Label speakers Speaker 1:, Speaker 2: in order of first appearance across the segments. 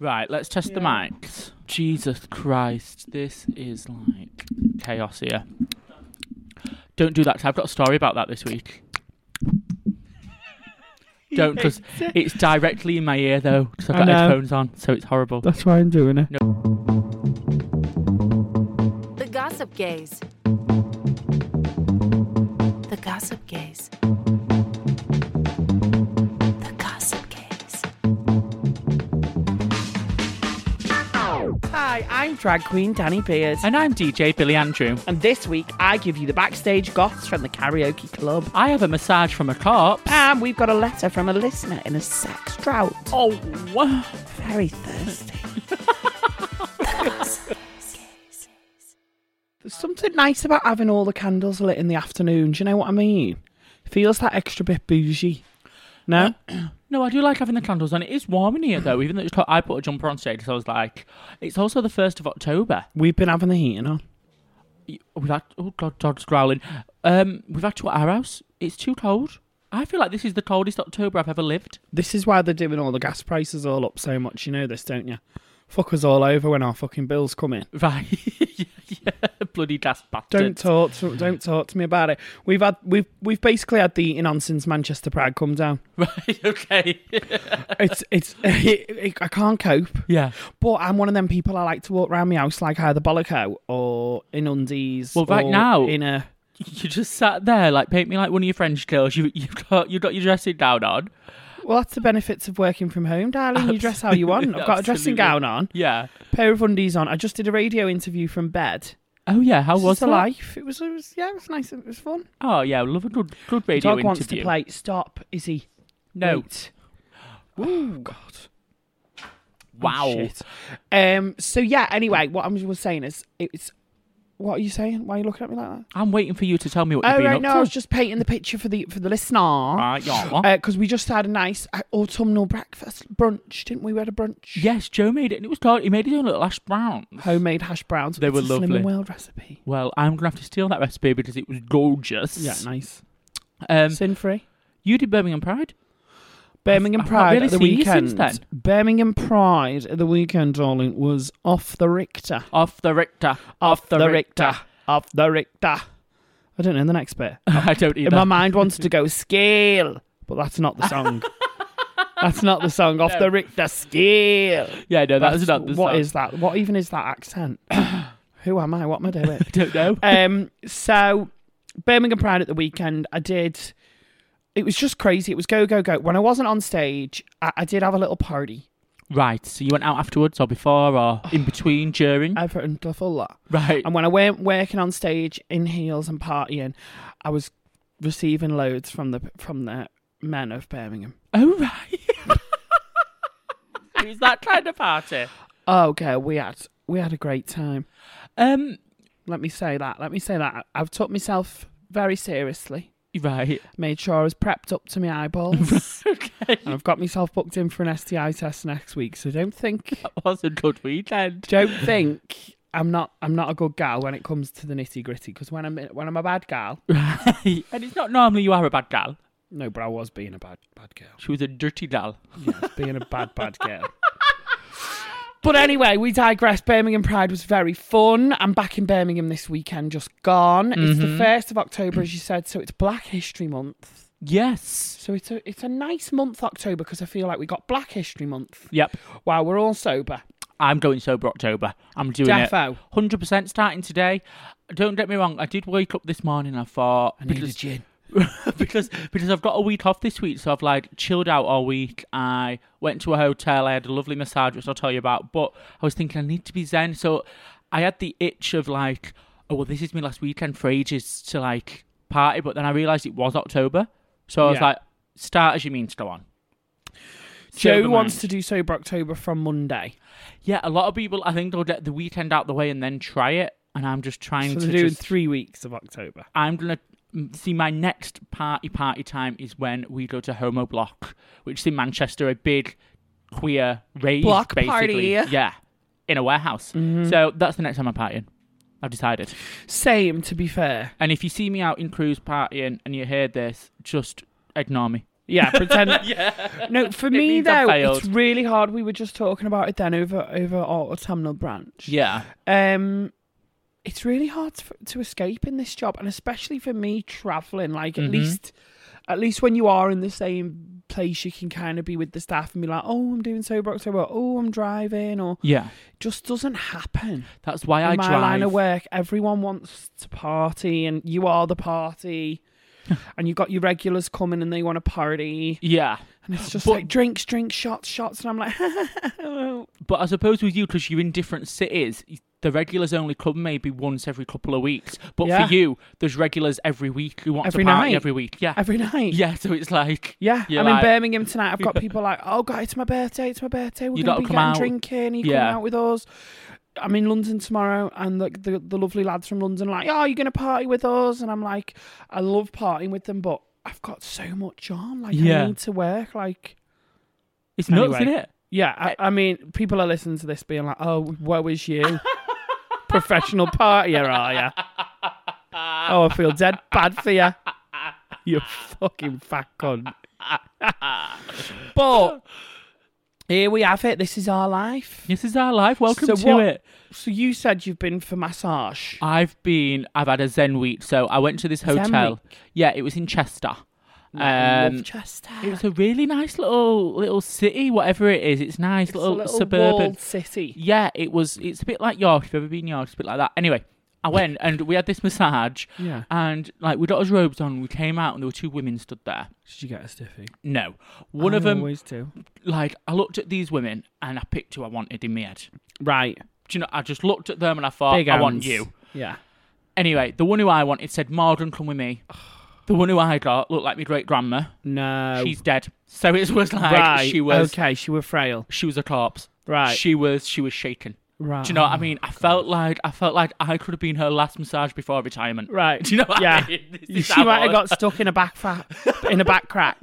Speaker 1: Right, let's test the
Speaker 2: Yeah.
Speaker 1: mics. Jesus Christ, this is like chaos here. Don't do that. 'cause I've got a story about that this week. Don't, 'cause It's directly in my ear though, because I've
Speaker 2: I
Speaker 1: got
Speaker 2: know.
Speaker 1: headphones on, so it's horrible.
Speaker 2: That's why I'm doing eh? it.
Speaker 3: The Gossip Gaze. The Gossip Gaze. The Gossip Gaze.
Speaker 2: Hi, I'm drag queen Danny Beers.
Speaker 1: And I'm DJ Billy Andrew.
Speaker 2: And this week, I give you the backstage goths from the karaoke club.
Speaker 1: I have a massage from a corpse.
Speaker 2: And we've got a letter from a listener in a sex drought.
Speaker 1: Oh, wow.
Speaker 2: Very thirsty. There's something nice about having all the candles lit in the afternoon. Do you know what I mean? Feels that extra bit bougie. No?
Speaker 1: No, I do like having the candles on. It is warm in here though, even though it's hot. I put a jumper on today because I was like, it's also the 1st of October.
Speaker 2: We've been having the heating on.
Speaker 1: Y- We've had, oh God, Todd's growling. Um, we've had to at our house. It's too cold. I feel like this is the coldest October I've ever lived.
Speaker 2: This is why they're doing all the gas prices all up so much. You know this, don't you? Fuck us all over when our fucking bills come in.
Speaker 1: Right. yeah, yeah. Bloody gas
Speaker 2: Don't
Speaker 1: bastard.
Speaker 2: talk to don't talk to me about it. We've had we've we've basically had the eating on since Manchester Pride come down.
Speaker 1: Right, okay.
Speaker 2: It's it's it, it, I can't cope.
Speaker 1: yeah.
Speaker 2: But I'm one of them people. I like to walk around my house like either bolloco or in undies.
Speaker 1: Well, right
Speaker 2: or
Speaker 1: now-
Speaker 2: in a
Speaker 1: You just sat there, like, paint me like one of your French girls. You, you've got, you got your dressing down on.
Speaker 2: well, that's the benefits of working from home, darling. You dress how you want. I've got a dressing
Speaker 1: Absolutely.
Speaker 2: gown on,
Speaker 1: Yeah.
Speaker 2: pair of undies on. I just did a radio interview from bed.
Speaker 1: Oh, yeah. How
Speaker 2: This
Speaker 1: was
Speaker 2: is the
Speaker 1: that?
Speaker 2: life? It was, it was yeah, it was nice. It was fun.
Speaker 1: Oh, yeah. Love a good, good radio
Speaker 2: Dog
Speaker 1: interview.
Speaker 2: wants to play. Stop, is he?
Speaker 1: No.
Speaker 2: Wait. Oh God.
Speaker 1: Wow.
Speaker 2: Oh, Shit. Um. So yeah. Anyway, what I was saying is, it's. What are you saying? Why are you looking at me like that?
Speaker 1: I'm waiting for you to tell me what you've
Speaker 2: Oh
Speaker 1: been
Speaker 2: right,
Speaker 1: up
Speaker 2: no,
Speaker 1: to.
Speaker 2: I was just painting the picture for the for the listener
Speaker 1: Right, yeah.
Speaker 2: because we just had a nice uh, autumnal breakfast brunch, didn't we? We had a brunch.
Speaker 1: yes, Joe made it, and it was cold. He made his own little hash brown.
Speaker 2: Homemade hash browns.
Speaker 1: They
Speaker 2: It's
Speaker 1: were
Speaker 2: a Slim
Speaker 1: lovely.
Speaker 2: and Wild recipe.
Speaker 1: Well, I'm gonna have to steal that recipe because it was gorgeous.
Speaker 2: Yeah, nice.
Speaker 1: Um,
Speaker 2: Sin free.
Speaker 1: you did Birmingham Pride.
Speaker 2: Birmingham
Speaker 1: I've not
Speaker 2: Pride
Speaker 1: really
Speaker 2: at the
Speaker 1: seen you
Speaker 2: weekend.
Speaker 1: since then.
Speaker 2: Birmingham Pride at the weekend, darling, was off the Richter.
Speaker 1: Off the Richter. Off the, Richter.
Speaker 2: Off the Richter. I don't know the next bit.
Speaker 1: I don't either.
Speaker 2: My mind wanted to go scale, but that's not the song. that's not the song. Off the Richter scale.
Speaker 1: yeah, no, that's,
Speaker 2: That's-
Speaker 1: not the
Speaker 2: What
Speaker 1: song.
Speaker 2: is that? What even is that accent? Who am I? What am I doing?
Speaker 1: I don't know.
Speaker 2: um, so Birmingham Pride at the weekend, I did. It was just crazy. It was go go go. When I wasn't on stage, I, I did have a little party.
Speaker 1: right, so you went out afterwards or before or in between, during?
Speaker 2: I've written the full lot.
Speaker 1: right.
Speaker 2: And when I weren't working on stage in heels and partying, I was receiving loads from the from the men of Birmingham.
Speaker 1: oh, right. it was that kind of party.
Speaker 2: Oh, girl, we had we had a great time.
Speaker 1: Um,
Speaker 2: Let me say that. Let me say that. I- I've took myself very seriously.
Speaker 1: right.
Speaker 2: Made sure I was prepped up to my eyeballs.
Speaker 1: okay.
Speaker 2: and I've got myself booked in for an STI test next week. So don't think,
Speaker 1: That was a good weekend.
Speaker 2: don't think I'm not I'm not a good gal when it comes to the nitty gritty. Because when I'm when I'm a bad gal,
Speaker 1: Right. And it's not normally you are a bad gal.
Speaker 2: no, but I was being a bad bad girl.
Speaker 1: She was a dirty gal.
Speaker 2: Yes, being a bad, bad girl. But anyway, we digress. Birmingham Pride was very fun. I'm back in Birmingham this weekend, just gone. It's
Speaker 1: Mm-hmm.
Speaker 2: the 1st of October, as you said, so it's Black History Month.
Speaker 1: Yes.
Speaker 2: So it's a, it's a nice month, October, because I feel like we got Black History Month
Speaker 1: Yep.
Speaker 2: while we're all sober.
Speaker 1: I'm going sober October. I'm doing
Speaker 2: Defo.
Speaker 1: it. Hundred percent starting today. Don't get me wrong. I did wake up this morning. and I thought
Speaker 2: I need a gin.
Speaker 1: because because I've got a week off this week, so I've like chilled out all week. I went to a hotel. I had a lovely massage, which I'll tell you about. But I was thinking I need to be zen, so I had the itch of like, oh well, this is my last weekend for ages to like party. But then I realised it was October, so I was
Speaker 2: Yeah.
Speaker 1: like, start as you mean to go on.
Speaker 2: Joe
Speaker 1: Sober
Speaker 2: wants
Speaker 1: mind.
Speaker 2: to do Sober October from Monday.
Speaker 1: Yeah, a lot of people I think they'll get the weekend out the way and then try it. And I'm just trying
Speaker 2: So
Speaker 1: to
Speaker 2: they're doing
Speaker 1: just-
Speaker 2: three weeks of October.
Speaker 1: I'm gonna mm, see my next party party time is when we go to Homo Block, which is in Manchester, a big queer rave
Speaker 2: Block
Speaker 1: basically.
Speaker 2: party. Mm-hmm.
Speaker 1: Yeah, in a warehouse. So that's the next time I'm partying. I've decided.
Speaker 2: Same, to be fair.
Speaker 1: And if you see me out in cruise partying and you hear this, just ignore me.
Speaker 2: Yeah, pretend. No, for me
Speaker 1: means I
Speaker 2: though,
Speaker 1: failed.
Speaker 2: it's really hard. We were just talking about it then over over our autumnal branch.
Speaker 1: Yeah.
Speaker 2: Um, it's really hard to, to escape in this job, and especially for me traveling. Like at
Speaker 1: Mhm.
Speaker 2: least, at least when you are in the same place, you can kind of be with the staff and be like, "Oh, I'm doing sober October. or, Oh, I'm driving," or
Speaker 1: Yeah.
Speaker 2: just doesn't happen.
Speaker 1: That's why
Speaker 2: in
Speaker 1: I
Speaker 2: my
Speaker 1: drive.
Speaker 2: line of work, everyone wants to party, and you are the party. And you've got your regulars coming and they want to party.
Speaker 1: Yeah.
Speaker 2: And it's just
Speaker 1: But-
Speaker 2: like drinks, drinks, shots, shots. And I'm like,
Speaker 1: But I suppose with you, because you're in different cities, the regulars only come maybe once every couple of weeks. But
Speaker 2: Yeah.
Speaker 1: for you, there's regulars every week who want
Speaker 2: Every
Speaker 1: to party
Speaker 2: night.
Speaker 1: every week. Yeah.
Speaker 2: every night.
Speaker 1: yeah, so it's like,
Speaker 2: Yeah,
Speaker 1: You're
Speaker 2: I'm
Speaker 1: like-
Speaker 2: in Birmingham tonight. I've got people like, oh, God, it's my birthday. It's my birthday. We're
Speaker 1: You
Speaker 2: going
Speaker 1: gotta
Speaker 2: to be
Speaker 1: come
Speaker 2: getting
Speaker 1: out."
Speaker 2: drinking. Are you
Speaker 1: Yeah.
Speaker 2: coming out with us? I'm in London tomorrow, and the, the, the lovely lads from London are like, oh, you're going to party with us? And I'm like, I love partying with them, but I've got so much on. Like,
Speaker 1: Yeah.
Speaker 2: I need to work. Like,
Speaker 1: it's nuts,
Speaker 2: Anyway.
Speaker 1: isn't it?
Speaker 2: yeah,
Speaker 1: Uh,
Speaker 2: I, I mean, people are listening to this being like, oh, woe is you. Professional partier, are you? Oh, I feel dead bad for you. You fucking fat cunt. but
Speaker 1: Oh.
Speaker 2: here we have it. This is our life.
Speaker 1: This is our life. Welcome
Speaker 2: So
Speaker 1: to
Speaker 2: what-
Speaker 1: it.
Speaker 2: So you said you've been for massage.
Speaker 1: I've been, I've had a Zen week. So I went to this
Speaker 2: Zen
Speaker 1: hotel. Yeah, it was in Chester. Um,
Speaker 2: Chester.
Speaker 1: it was a really nice little little city, whatever it is. It's nice
Speaker 2: It's a
Speaker 1: little,
Speaker 2: little
Speaker 1: suburban.
Speaker 2: walled city.
Speaker 1: Yeah, it was. It's a bit like York. If you've ever been to York, it's a bit like that. Anyway, I went and we had this massage,
Speaker 2: Yeah.
Speaker 1: and like we got our robes on. We came out and there were two women stood there.
Speaker 2: Did you get a stiffy?
Speaker 1: No, one
Speaker 2: One
Speaker 1: of them.
Speaker 2: always do.
Speaker 1: Like I looked at these women and I picked who I wanted in my head.
Speaker 2: Right.
Speaker 1: Do you know? I just looked at them and I thought,
Speaker 2: Big
Speaker 1: I want
Speaker 2: hands.
Speaker 1: you.
Speaker 2: Yeah.
Speaker 1: Anyway, the one who I wanted said, "Marden, come with me." The one who I got looked like my great grandma.
Speaker 2: No.
Speaker 1: She's dead. So it was like
Speaker 2: right.
Speaker 1: she was.
Speaker 2: okay. She were frail.
Speaker 1: She was a corpse.
Speaker 2: Right. Oh,
Speaker 1: She was. She was shaken.
Speaker 2: right.
Speaker 1: Do you know what I mean? I felt like I felt like I could have been her last massage before retirement.
Speaker 2: Right.
Speaker 1: Do you know what
Speaker 2: yeah.
Speaker 1: I mean? This is
Speaker 2: she
Speaker 1: how I
Speaker 2: might have
Speaker 1: was.
Speaker 2: got stuck in a back fa- in a back crack.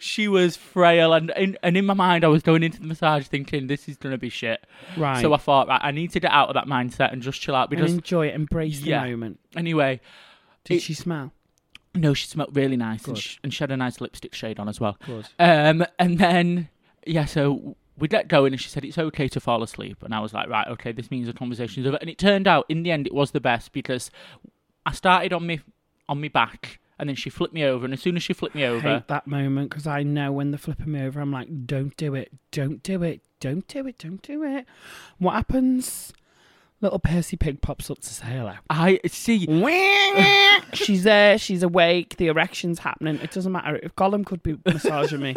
Speaker 1: She was frail, and in, and in my mind, I was going into the massage thinking this is gonna be shit.
Speaker 2: Right.
Speaker 1: So I thought, right, I need to get out of that mindset and just chill out because
Speaker 2: and enjoy it, embrace
Speaker 1: Yeah.
Speaker 2: the moment.
Speaker 1: anyway,
Speaker 2: Did
Speaker 1: It-
Speaker 2: she smell?
Speaker 1: no, she smelled really nice, and
Speaker 2: Good.
Speaker 1: she, and she had a nice lipstick shade on as well.
Speaker 2: Good.
Speaker 1: Um, and then yeah, so we let go, and she said it's okay to fall asleep, and I was like, right, okay, this means the conversation's over. And it turned out in the end, it was the best because I started on me on me back, and then she flipped me over, and as soon as she flipped me over,
Speaker 2: Hate that moment because I know when they're flipping me over, I'm like, don't do it, don't do it, don't do it, don't do it. What happens? Little Percy Pig pops up to say hello.
Speaker 1: I see.
Speaker 2: she's there, she's awake, the erection's happening. It doesn't matter. If Gollum could be massaging me,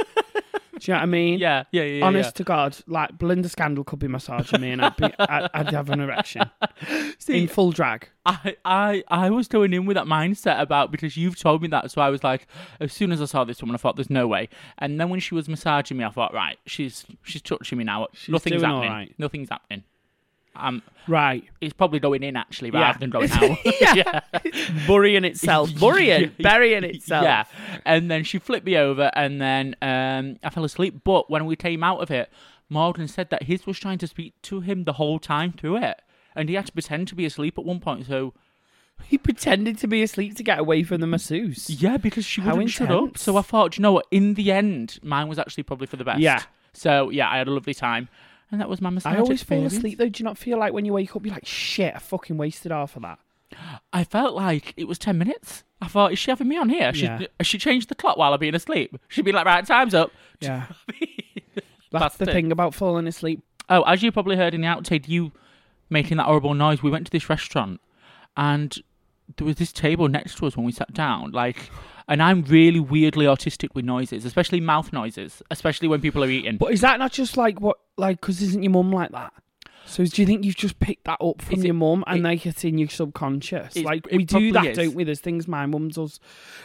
Speaker 2: do you know what I mean?
Speaker 1: Yeah, yeah, yeah. yeah.
Speaker 2: Honest to God, like Belinda Scandal could be massaging me and I'd, be, I'd, I'd have an erection
Speaker 1: See,
Speaker 2: in full drag.
Speaker 1: I, I, I was going in with that mindset about because you've told me that, so I was like, as soon as I saw this woman, I thought there's no way. And then when she was massaging me, I thought, right, she's she's touching me now. Nothing's
Speaker 2: doing all
Speaker 1: happening.
Speaker 2: right.
Speaker 1: Nothing's happening. Um,
Speaker 2: Right.
Speaker 1: it's probably going in actually rather
Speaker 2: Yeah.
Speaker 1: than going out.
Speaker 2: yeah. Burying itself. Burying. Burying itself.
Speaker 1: yeah. And then she flipped me over, and then um, I fell asleep. But when we came out of it, Morgan said that his was trying to speak to him the whole time through it, and he had to pretend to be asleep at one point. So
Speaker 2: He pretended to be asleep to get away from the masseuse.
Speaker 1: yeah, because she
Speaker 2: How
Speaker 1: wouldn't shut up.
Speaker 2: intense.
Speaker 1: So I thought, "Do you know what? In the end, mine was actually probably for the best.
Speaker 2: Yeah.
Speaker 1: So yeah, I had a lovely time, and that was my massage.
Speaker 2: I always fall
Speaker 1: experience.
Speaker 2: asleep though. Do you not feel like when you wake up, you're like, shit, I fucking wasted half of that.
Speaker 1: I felt like it was ten minutes. I thought, is she having me on here? She
Speaker 2: Yeah.
Speaker 1: she changed the clock while I've been asleep. She'd be like, right, time's up.
Speaker 2: Yeah. That's the
Speaker 1: Bastard.
Speaker 2: thing about falling asleep.
Speaker 1: Oh, as you probably heard in the outtake, you making that horrible noise. We went to this restaurant, and there was this table next to us when we sat down. Like, and I'm really weirdly autistic with noises, especially mouth noises, especially when people are eating.
Speaker 2: But is that not just like what, like, because isn't your mum like that? So do you think you've just picked that up from
Speaker 1: Is it-
Speaker 2: your mum and
Speaker 1: it-
Speaker 2: like it's in your subconscious?
Speaker 1: It's-
Speaker 2: Like
Speaker 1: it
Speaker 2: we do that,
Speaker 1: probably is.
Speaker 2: don't we? There's things my mum does.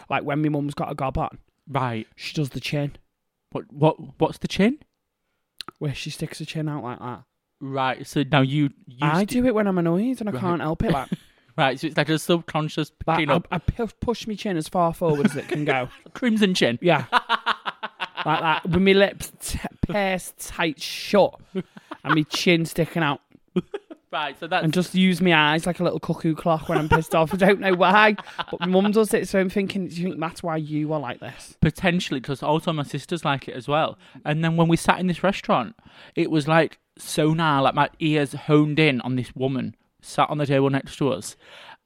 Speaker 2: Like when my mum's got a gob on,
Speaker 1: right.
Speaker 2: she does the chin
Speaker 1: What? What? What's the chin?
Speaker 2: where she sticks her chin out like that.
Speaker 1: Right. So now you. you
Speaker 2: I
Speaker 1: st-
Speaker 2: do it when I'm annoyed and I
Speaker 1: Right.
Speaker 2: can't help it. Like
Speaker 1: Right. So it's like a subconscious
Speaker 2: Like,
Speaker 1: picking
Speaker 2: I,
Speaker 1: up
Speaker 2: I pu- push my chin as far forward as it can go.
Speaker 1: crimson chin.
Speaker 2: Yeah. like that. With my lips t- pierced tight shut and my chin sticking out.
Speaker 1: Right, so that's
Speaker 2: and just use my eyes like a little cuckoo clock when I'm pissed off. I don't know why, but my mum does it, so I'm thinking, do you think that's why you are like this?
Speaker 1: potentially because also my sisters like it as well. And then when we sat in this restaurant, it was like sonar, like my ears honed in on this woman sat on the table next to us,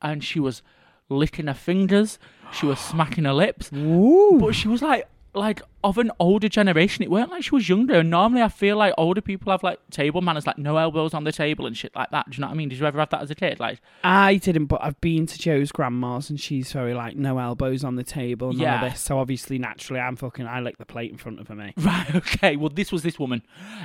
Speaker 1: and she was licking her fingers, she was smacking her lips, but she was like. Like of an older generation, it weren't like she was younger. And normally, I feel like older people have like table manners, like no elbows on the table and shit like that. Do you know what I mean? Did you ever have that as a kid? Like,
Speaker 2: I didn't, but I've been to Joe's grandma's and she's very like no elbows on the table, none
Speaker 1: Yeah.
Speaker 2: of this. So obviously, naturally, I'm fucking. I lick the plate in front of her, mate.
Speaker 1: Right, okay. Well, this was this woman.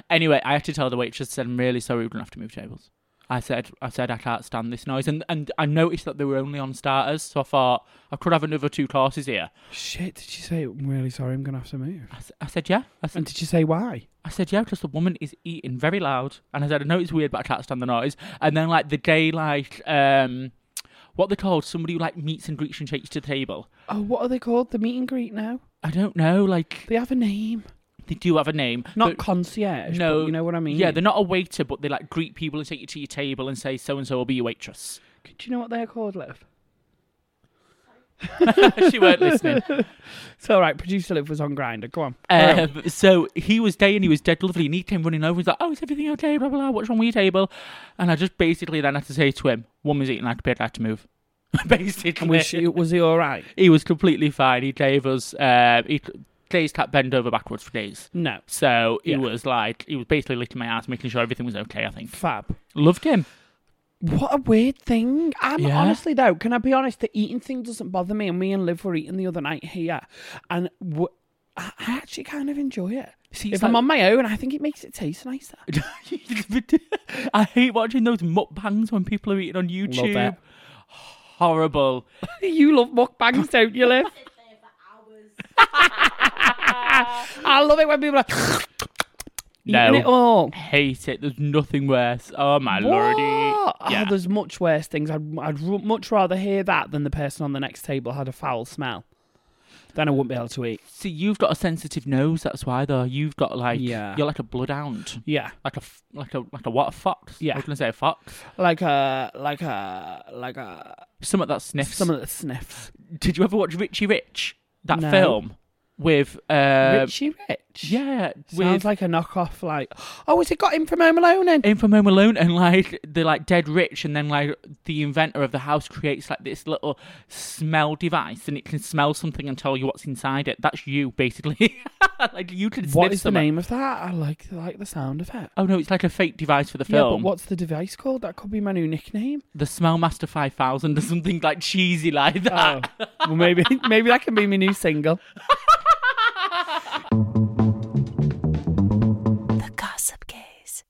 Speaker 1: Anyway, I had to tell the waitress, said, I'm really sorry we're going to have to move tables. I said, I said, I can't stand this noise. And and I noticed that they were only on starters, so I thought, I could have another two courses here.
Speaker 2: Shit, did she say? I'm really sorry, I'm gonna have to move.
Speaker 1: I, s- I said, yeah. I
Speaker 2: And
Speaker 1: said,
Speaker 2: did she say why?
Speaker 1: I said, yeah, because the woman is eating very loud. And I said, I know it's weird, but I can't stand the noise. And then, like, the day, like, um, what they called, somebody who, like, meets and greets and takes to the table.
Speaker 2: Oh, what are they called? The meet and greet now?
Speaker 1: I don't know, like,
Speaker 2: They have a name,
Speaker 1: they do have a name.
Speaker 2: not
Speaker 1: but-
Speaker 2: concierge.
Speaker 1: No,
Speaker 2: but you know what I mean.
Speaker 1: Yeah, they're not a waiter, but they like greet people and take you to your table and say so and so will be your waitress.
Speaker 2: Do you know what they're called, Liv?
Speaker 1: she weren't listening.
Speaker 2: It's all right. Producer Liv was on grinder. Go on. Carry on.
Speaker 1: Um, so he was day and he was dead lovely, and he came running over. He's like, "Oh, is everything okay? Blah blah. blah. What's wrong with your table?" And I just basically then had to say to him, "Woman's eating like a pig. I had to move." basically,
Speaker 2: And was, she, was he all right?
Speaker 1: he was completely fine. He gave us. Uh, he days cat bend over backwards for days.
Speaker 2: No.
Speaker 1: So he
Speaker 2: Yeah.
Speaker 1: was like, he was basically licking my ass, making sure everything was okay. I think
Speaker 2: Fab.
Speaker 1: loved him.
Speaker 2: What a weird thing. I'm
Speaker 1: Yeah.
Speaker 2: honestly though, can I be honest? The eating thing doesn't bother me. And me and Liv were eating the other night here, and w- I I actually kind of enjoy it.
Speaker 1: See,
Speaker 2: if I'm on my own, I think it makes it taste nicer.
Speaker 1: I hate watching those mukbangs when people are eating on YouTube.
Speaker 2: it.
Speaker 1: Horrible.
Speaker 2: you love mukbangs, don't you, Liv? I love it when people are
Speaker 1: No.
Speaker 2: eating it all.
Speaker 1: Hate it. There's nothing worse. Oh my lordy.
Speaker 2: What?
Speaker 1: Yeah.
Speaker 2: Oh, there's much worse things. I'd, I'd ru- much rather hear that than the person on the next table had a foul smell. Then I wouldn't be able to eat.
Speaker 1: See, you've got a sensitive nose. That's why, though. You've got like
Speaker 2: Yeah.
Speaker 1: you're like a bloodhound,
Speaker 2: Yeah,
Speaker 1: like a f- like a like a what a fox.
Speaker 2: Yeah.
Speaker 1: I was gonna say a fox.
Speaker 2: like a like a like a
Speaker 1: Some of that sniffs.
Speaker 2: some of the sniffs.
Speaker 1: Did you ever watch Richie Rich? That
Speaker 2: No.
Speaker 1: film with uh,
Speaker 2: Richie Rich.
Speaker 1: yeah, with
Speaker 2: Sounds like a knockoff. Like, oh, has it got him from Home Alone? Then?
Speaker 1: in from Home Alone, and like they're like dead rich, and then like the inventor of the house creates like this little smell device, and it can smell something and tell you what's inside it. That's you, basically. like you can.
Speaker 2: What
Speaker 1: sniff
Speaker 2: is the
Speaker 1: something.
Speaker 2: name of that? I like like the sound of it.
Speaker 1: Oh no, it's like a fake device for the
Speaker 2: Yeah, but
Speaker 1: film.
Speaker 2: what's the device called? That could be my new nickname.
Speaker 1: The Smell Master Five Thousand or something like cheesy like
Speaker 2: Oh,
Speaker 1: that.
Speaker 2: well, maybe maybe that can be my new single.
Speaker 3: The Gossip Gaze.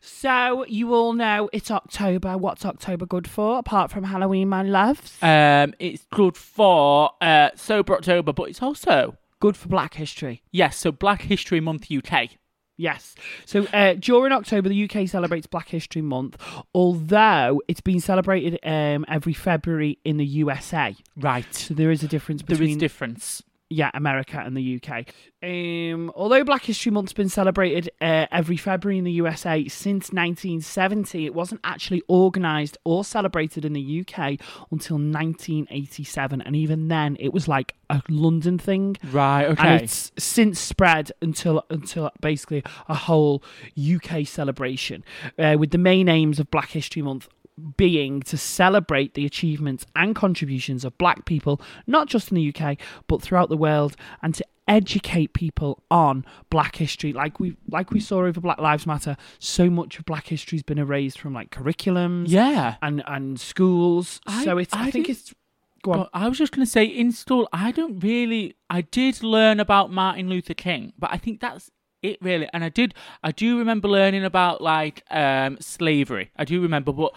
Speaker 2: So you all know it's October. What's October good for apart from Halloween, my loves?
Speaker 1: Um, it's good for uh, sober October, but it's also
Speaker 2: good for Black History.
Speaker 1: yes, so Black History Month UK.
Speaker 2: Yes. So uh, during October, the UK celebrates Black History Month, although it's been celebrated um, every February in the USA.
Speaker 1: Right,
Speaker 2: So there is a difference
Speaker 1: there
Speaker 2: between
Speaker 1: is difference.
Speaker 2: yeah America and the UK. Um, although Black History Month's been celebrated uh, every February in the USA since 1970, it wasn't actually organised or celebrated in the UK until 1987, and even then, it was like a London thing.
Speaker 1: Right,
Speaker 2: And it's since spread until until basically a whole UK celebration, uh, with the main aims of Black History Month being to celebrate the achievements and contributions of black people, not just in the UK but throughout the world, and to educate people on black history like we like we saw over black lives matter so much of black history's been erased from like curriculums
Speaker 1: yeah.
Speaker 2: and and schools
Speaker 1: I-
Speaker 2: so it's i,
Speaker 1: I
Speaker 2: think
Speaker 1: didn't-
Speaker 2: it's go on
Speaker 1: Well, I was just going to say, in school, I don't really. I did learn about Martin Luther King, but I think that's it really. And I did. I do remember learning about like um, slavery. I do remember, but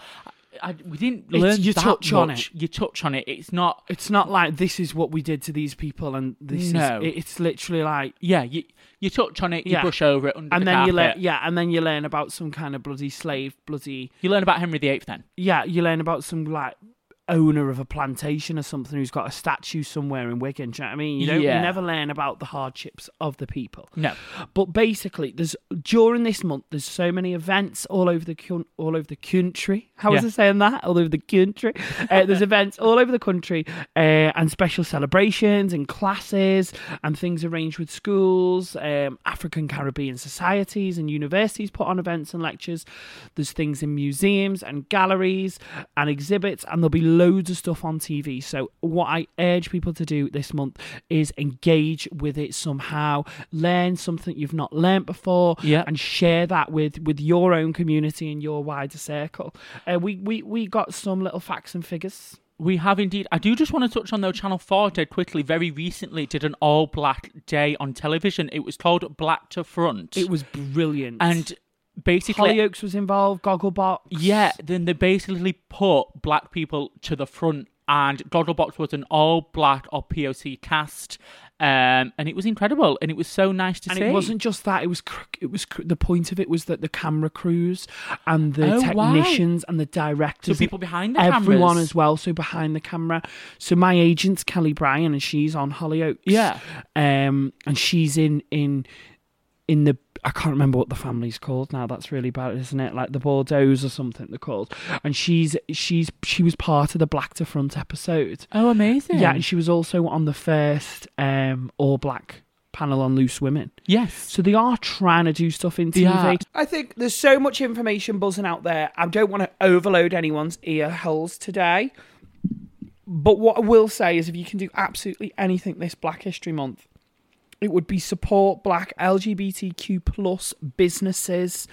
Speaker 1: I, I- we didn't
Speaker 2: It's-
Speaker 1: learn
Speaker 2: you
Speaker 1: that
Speaker 2: touch on
Speaker 1: much. You touch on it. It's not.
Speaker 2: It's not like this is what we did to these people, and this
Speaker 1: No.
Speaker 2: is. it- It's literally like,
Speaker 1: Yeah, you you touch on it. You
Speaker 2: Yeah.
Speaker 1: brush over it under
Speaker 2: and
Speaker 1: the
Speaker 2: then you learn,
Speaker 1: carpet.
Speaker 2: yeah, and then you learn about some kind of bloody slave, bloody,
Speaker 1: You learn about Henry VIII then.
Speaker 2: yeah, you learn about some like owner of a plantation or something who's got a statue somewhere in Wigan. Do you know what I mean? You don't
Speaker 1: Yeah.
Speaker 2: you never learn about the hardships of the people.
Speaker 1: No.
Speaker 2: But basically, there's during this month, there's so many events all over the coun- all over the country. How was
Speaker 1: Yeah.
Speaker 2: I saying that? All over the country. Uh, there's events all over the country uh, and special celebrations and classes and things arranged with schools, um, African Caribbean societies and universities put on events and lectures. There's things in museums and galleries and exhibits, and there'll be loads of stuff on TV. So what I urge people to do this month is engage with it somehow, learn something you've not learnt before,
Speaker 1: Yeah.
Speaker 2: and share that with with your own community and your wider circle. Uh, we we we got some little facts and figures.
Speaker 1: We have indeed. I do just want to touch on though. Channel Four did quickly, very recently, did an all black day on television. It was called Black to Front,
Speaker 2: It was brilliant.
Speaker 1: and basically,
Speaker 2: Hollyoaks was involved. Gogglebox.
Speaker 1: yeah. Then they basically put black people to the front, and Gogglebox was an all black or POC cast, um, and it was incredible, and it was so nice to
Speaker 2: and
Speaker 1: see.
Speaker 2: it wasn't just that it was cr- it was cr- the point of it was that the camera crews and the
Speaker 1: Oh, wow.
Speaker 2: technicians and the
Speaker 1: so
Speaker 2: directors and
Speaker 1: people behind the
Speaker 2: everyone
Speaker 1: cameras.
Speaker 2: as well so behind the camera so my agent's kelly bryan and she's on hollyoaks
Speaker 1: Yeah.
Speaker 2: um and she's in in in the I can't remember what the family's called now. That's really bad, isn't it? Like the Bordeaux's or something they're called. And she's she's she was part of the Black to Front episode.
Speaker 1: Oh, amazing!
Speaker 2: Yeah, and she was also on the first um All Black panel on Loose Women.
Speaker 1: yes.
Speaker 2: So they are trying to do stuff in
Speaker 1: They are.
Speaker 2: TV. I think there's so much information buzzing out there. I don't want to overload anyone's ear holes today. But what I will say is if you can do absolutely anything this Black History Month, it would be support black LGBTQ plus businesses,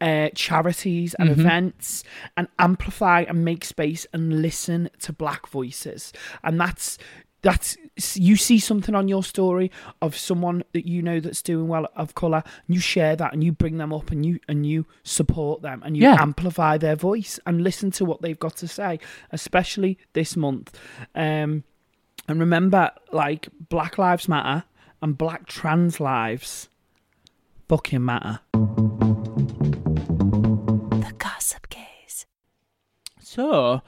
Speaker 2: uh, charities and events and amplify and make space and listen to black voices. And that's that's you see something on your story of someone that you know that's doing well of color and you share that and you bring them up and you and you support them and you
Speaker 1: Yeah.
Speaker 2: amplify their voice and listen to what they've got to say especially this month um and remember like black lives matter and black trans lives fucking matter
Speaker 3: The Gossip Gaze.
Speaker 1: So,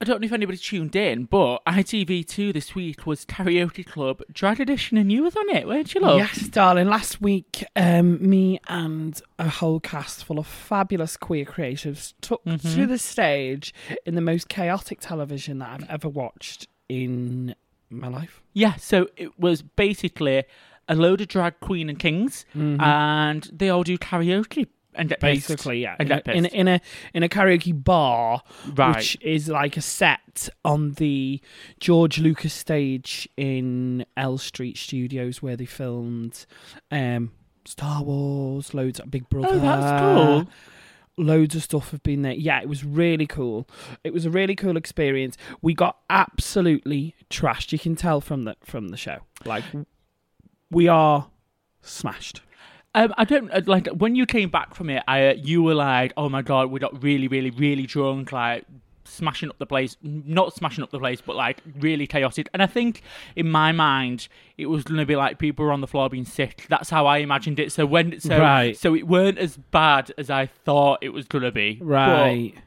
Speaker 1: I don't know if anybody tuned in, but ITV2 this week was Karaoke Club Drag Edition, and you was on it, weren't you, love?
Speaker 2: Yes, darling. Last week, um, me and a whole cast full of fabulous queer creatives took
Speaker 1: Mm-hmm.
Speaker 2: to the stage in the most chaotic television that I've ever watched in my life.
Speaker 1: Yeah, so it was basically a load of drag queen and kings, and they all do karaoke and get pissed.
Speaker 2: Mm-hmm. Basically, yeah,
Speaker 1: And
Speaker 2: in,
Speaker 1: get
Speaker 2: a- in, a-
Speaker 1: pissed.
Speaker 2: in a in a karaoke bar,
Speaker 1: Right.
Speaker 2: which is like a set on the George Lucas stage in L Street Studios where they filmed um, Star Wars, loads of Big Brother.
Speaker 1: Oh, that's cool.
Speaker 2: loads of stuff have been there. Yeah, it was really cool. It was a really cool experience. We got absolutely trashed. You can tell from the from the show. Like we are smashed.
Speaker 1: Um, I don't uh, like when you came back from it. I uh, you were like, "Oh my god, we got really, really, really drunk, like smashing up the place. N- Not smashing up the place, but like really chaotic." And I think in my mind, it was going to be like people were on the floor being sick. That's how I imagined it. So when so
Speaker 2: Right.
Speaker 1: so it weren't as bad as I thought it was going to be. But,
Speaker 2: But,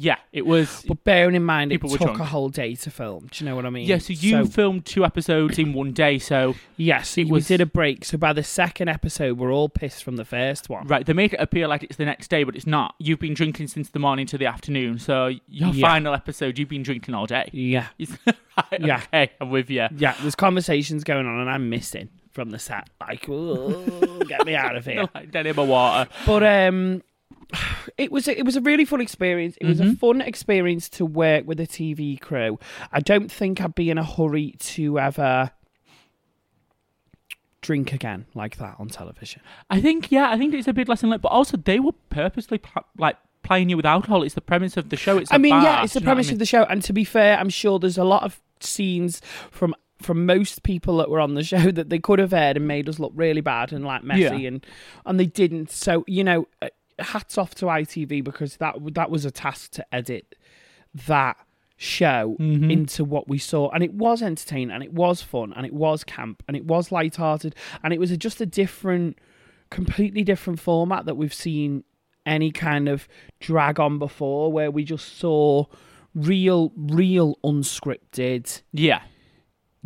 Speaker 1: yeah, it was.
Speaker 2: bearing in mind
Speaker 1: People
Speaker 2: it
Speaker 1: were
Speaker 2: took
Speaker 1: drunk.
Speaker 2: a whole day to film. Do you know what I mean?
Speaker 1: yeah, so you filmed two episodes in one day. So
Speaker 2: Yes,
Speaker 1: It was-
Speaker 2: we did a break. So by the second episode, we're all pissed from the first one.
Speaker 1: right, they make it appear like it's the next day, but it's not. You've been drinking since the morning to the afternoon. So your
Speaker 2: Yeah.
Speaker 1: final episode, you've been drinking all day.
Speaker 2: Yeah,
Speaker 1: right,
Speaker 2: Yeah.
Speaker 1: okay, I'm with you.
Speaker 2: yeah. There's conversations going on, and I'm missing from the set. Like, "Ooh, get me out of here.
Speaker 1: Like, Dead in my water.
Speaker 2: But um, it was a, it was a really fun experience. It
Speaker 1: Mm-hmm.
Speaker 2: was a fun experience to work with a TV crew. I don't think I'd be in a hurry to ever drink again like that on television.
Speaker 1: I think, yeah, I think it's a big lesson learned. But also, they were purposely pl- like playing you with alcohol. It's the premise of the show. It's.
Speaker 2: I
Speaker 1: a
Speaker 2: mean,
Speaker 1: bar,
Speaker 2: yeah, it's the
Speaker 1: do you know what I
Speaker 2: premise
Speaker 1: mean?
Speaker 2: of the show. And to be fair, I'm sure there's a lot of scenes from from most people that were on the show that they could have aired and made us look really bad and like messy
Speaker 1: Yeah.
Speaker 2: and and they didn't. So you know, uh, hats off to ITV because that w- that was a task to edit that show
Speaker 1: Mm-hmm.
Speaker 2: into what we saw and it was entertaining and it was fun and it was camp and it was light-hearted and it was a, just a different completely different format that we've seen any kind of drag on before where we just saw real, real unscripted.
Speaker 1: Yeah.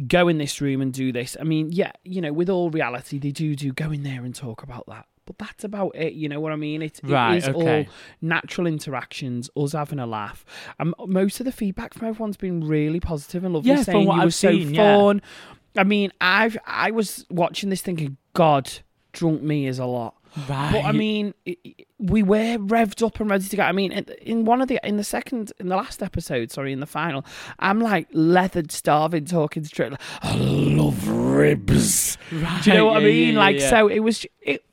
Speaker 2: Go in this room and do this. I mean, yeah, you know, with all reality, they do do go in there and talk about that. But that's about it. You know what I mean? It,
Speaker 1: Right,
Speaker 2: it is
Speaker 1: okay.
Speaker 2: all natural interactions, us having a laugh. And most of the feedback from everyone's been really positive and lovely.
Speaker 1: Yeah, from
Speaker 2: saying
Speaker 1: what
Speaker 2: you
Speaker 1: I've
Speaker 2: were so
Speaker 1: seen, yeah.
Speaker 2: fun. I mean, I've I was watching this thinking, God, drunk me is a lot.
Speaker 1: Right.
Speaker 2: But I mean, i i- we were revved up and ready to go. I mean, in- in one of the, in the second, in the last episode, sorry, in the final, I'm like leathered, starving, talking to Trailer. I love ribs.
Speaker 1: Right,
Speaker 2: Do you know what
Speaker 1: yeah,
Speaker 2: I mean?
Speaker 1: yeah, yeah,
Speaker 2: like,
Speaker 1: yeah.
Speaker 2: so it was, it,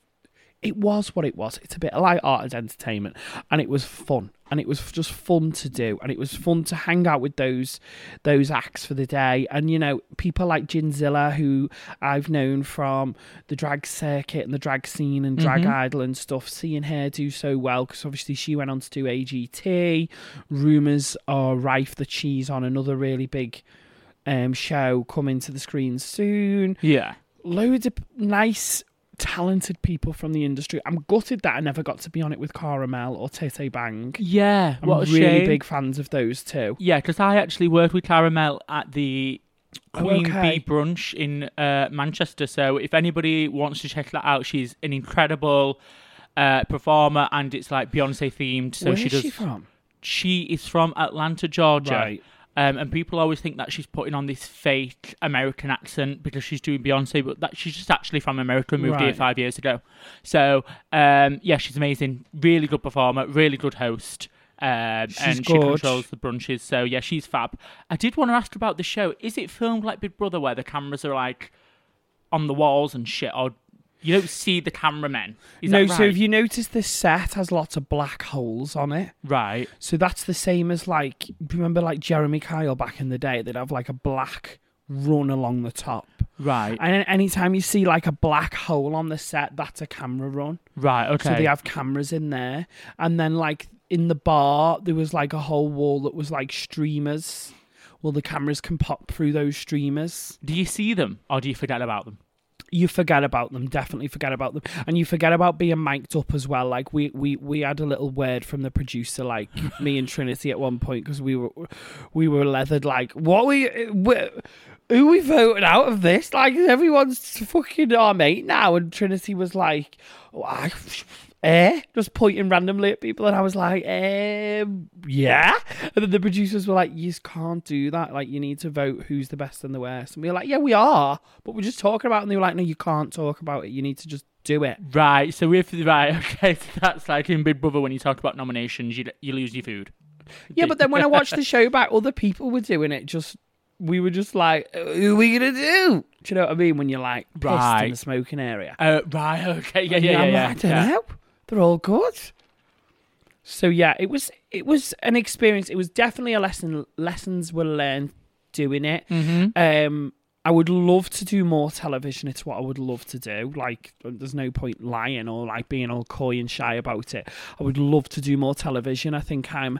Speaker 2: it was what it was. It's a bit of light art entertainment, and it was fun, and it was just fun to do, and it was fun to hang out with those those acts for the day, and you know people like Ginzilla, who I've known from the drag circuit and the drag scene and drag idol and stuff, seeing her do so well because obviously she went on to do AGT. Rumors are rife that she's on another really big. Um, show coming to the screen soon
Speaker 1: Yeah.
Speaker 2: loads of nice, talented people from the industry. I'm gutted that I never got to be on it with Cara Mel or Tete Bang.
Speaker 1: Yeah.
Speaker 2: I'm
Speaker 1: what a
Speaker 2: really
Speaker 1: shame.
Speaker 2: big fans of those two.
Speaker 1: Yeah, because I actually worked with Caramel at the
Speaker 2: Oh,
Speaker 1: Queen
Speaker 2: okay.
Speaker 1: Bee brunch in uh, Manchester. So if anybody wants to check that out, she's an incredible uh, performer, and it's like Beyonce themed. So
Speaker 2: Where's
Speaker 1: she does.
Speaker 2: she from?
Speaker 1: she is from Atlanta, Georgia.
Speaker 2: Right.
Speaker 1: Um, and people always think that she's putting on this fake American accent because she's doing Beyonce, but that she's just actually from America and moved here
Speaker 2: Right.
Speaker 1: five years ago. So um, yeah, she's amazing, really good performer, really good host, um,
Speaker 2: She's
Speaker 1: and she
Speaker 2: good.
Speaker 1: controls the brunches. So yeah, she's fab. I did want to ask about the show. Is it filmed like Big Brother, where the cameras are like on the walls and shit, or you don't see the cameramen? Is
Speaker 2: no,
Speaker 1: that right?
Speaker 2: so if you notice this set has lots of black holes on it.
Speaker 1: right,
Speaker 2: So that's the same as like remember like Jeremy Kyle back in the day, they'd have like a black run along the top.
Speaker 1: right,
Speaker 2: And anytime you see like a black hole on the set, that's a camera run.
Speaker 1: right. Okay.
Speaker 2: So they have cameras in there. And then, like, in the bar, there was like a whole wall that was like streamers. Well, the cameras can pop through those streamers.
Speaker 1: Do you see them or do you forget about them?
Speaker 2: You forget about them, definitely forget about them, and you forget about being mic'd up as well. Like we we we had a little word from the producer, like me and Trinity at one point, because we were we were leathered. Like what we, we who we voted out of this? Like everyone's fucking our mate now. And Trinity was like, oh, I, eh, just pointing randomly at people, and I was like, um, yeah. And then the producers were like, you just can't do that. Like you need to vote who's the best and the worst. And we were like, yeah, we are, but we're just talking about. It. And they were like, no, you can't talk about it. You need to just do it.
Speaker 1: Right, so if right, okay, so that's like in Big Brother when you talk about nominations, you you lose your food.
Speaker 2: Yeah, but then when I watched the show back, other people were doing it. Just we were just like, who are we gonna do? Do you know what I mean? When you're like pissed in
Speaker 1: Right.
Speaker 2: the smoking area.
Speaker 1: Uh, right, okay, yeah,
Speaker 2: And
Speaker 1: yeah, yeah,
Speaker 2: I'm
Speaker 1: yeah.
Speaker 2: like, I don't
Speaker 1: yeah.
Speaker 2: know. They're all good. So yeah, it was it was an experience. It was definitely a lesson. Lessons were learned doing it.
Speaker 1: Mm-hmm.
Speaker 2: Um, I would love to do more television. It's what I would love to do. Like, there's no point lying or like being all coy and shy about it. I would love to do more television. I think I'm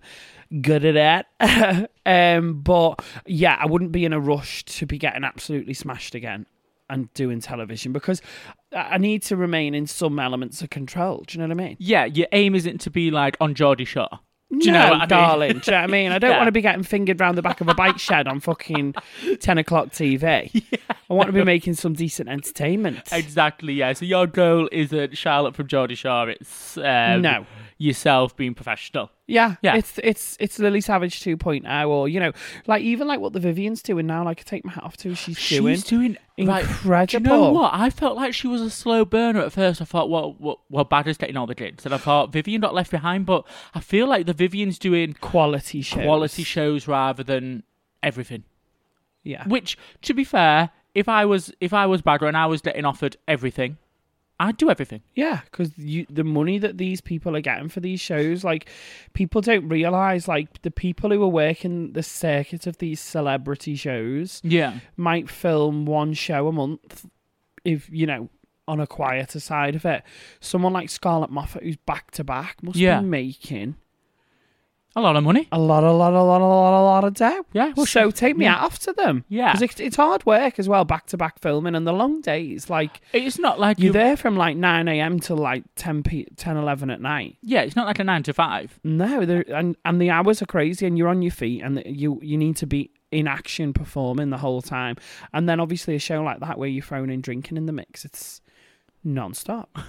Speaker 2: good at it. um, but yeah, I wouldn't be in a rush to be getting absolutely smashed again and doing television because I I need to remain in some elements of control. Do you know what I mean?
Speaker 1: Yeah, your aim isn't to be like on Geordie Shore.
Speaker 2: Do
Speaker 1: you know what I mean?
Speaker 2: darling. Do you know what I mean? I don't
Speaker 1: Yeah.
Speaker 2: want to be getting fingered round the back of a bike shed on fucking 10 o'clock TV. I want to be making some decent entertainment.
Speaker 1: Exactly, yeah. So your goal isn't Charlotte from Geordie Shore, it's um,
Speaker 2: No.
Speaker 1: yourself being professional.
Speaker 2: yeah,
Speaker 1: Yeah.
Speaker 2: It's it's it's Lily Savage 2.0 or, you know, like even like what the Vivian's doing now, like I take my hat off to what she's, doing.
Speaker 1: She's doing right, Do you know
Speaker 2: incredible.
Speaker 1: what? I felt like she was a slow burner at first. I thought, well, well, well Bad is getting all the kids. And I thought, Vivian got left behind. But I feel like the Vivian's doing
Speaker 2: Quality shows.
Speaker 1: quality shows rather than everything.
Speaker 2: Yeah.
Speaker 1: Which, to be fair, if I was if I was Bagger and I was getting offered everything, I'd do everything.
Speaker 2: Yeah, because you the money that these people are getting for these shows, like people don't realize, like the people who are working the circuit of these celebrity shows
Speaker 1: Yeah.
Speaker 2: might film one show a month, if you know, on a quieter side of it. Someone like Scarlett Moffat, who's back to back, must
Speaker 1: Yeah.
Speaker 2: be making
Speaker 1: A lot of money.
Speaker 2: A lot, a lot, a lot, a lot, a lot of debt.
Speaker 1: Yeah. Well,
Speaker 2: so take me
Speaker 1: yeah.
Speaker 2: out after them.
Speaker 1: Yeah.
Speaker 2: Because it's, it's hard work as well, back to back filming and the long days. Like,
Speaker 1: It's not like
Speaker 2: you're
Speaker 1: you.
Speaker 2: there from like 9 a.m. to like 10, p- 10 11 at night.
Speaker 1: Yeah, it's not like a nine to five.
Speaker 2: No, they're- and and the hours are crazy, and you're on your feet, and you you need to be in action performing the whole time. And then obviously a show like that where you're thrown in drinking in the mix, it's non-stop.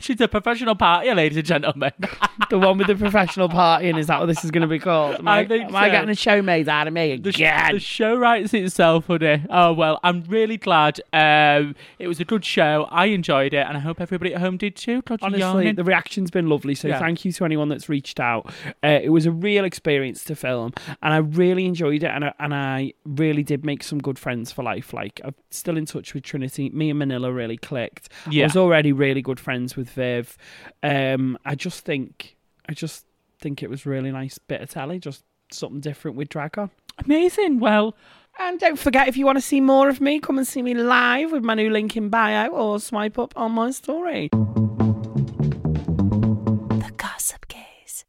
Speaker 1: She's a professional party, ladies and gentlemen.
Speaker 2: the one with the professional party, and is that what this is going to be called? Am
Speaker 1: I think
Speaker 2: am I
Speaker 1: so.
Speaker 2: getting a show made out of me
Speaker 1: The, sh-
Speaker 2: again?
Speaker 1: the show writes itself, honey. Oh well, I'm really glad. Um, it was a good show. I enjoyed it, and I hope everybody at home did too. God, you're
Speaker 2: Honestly,
Speaker 1: yawning.
Speaker 2: the reaction's been lovely. So
Speaker 1: Yeah.
Speaker 2: thank you to anyone that's reached out. Uh, it was a real experience to film, and I really enjoyed it. And I, and I really did make some good friends for life. Like I'm still in touch with Trinity. Me and Manila really clicked. I
Speaker 1: Yeah.
Speaker 2: was already really good friends with Viv. Um, I just think, I just think it was a really nice bit of telly. Just something different with drag on.
Speaker 1: amazing. Well,
Speaker 2: And don't forget, if you want to see more of me, come and see me live with my new link in bio or swipe up on my story.
Speaker 3: The Gossip Gaze.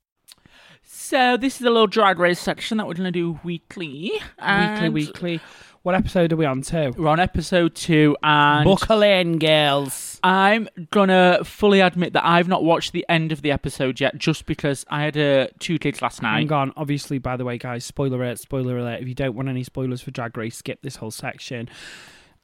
Speaker 1: so this is a little drag race section that we're gonna do weekly.
Speaker 2: Weekly,
Speaker 1: and
Speaker 2: weekly. What episode are we on to?
Speaker 1: We're on episode two, and
Speaker 2: Buckle in, girls.
Speaker 1: I'm gonna fully admit that I've not watched the end of the episode yet, just because I had uh, two kids last
Speaker 2: I'm
Speaker 1: night.
Speaker 2: gone. Obviously, by the way, guys, spoiler alert, spoiler alert. If you don't want any spoilers for Drag Race, skip this whole section.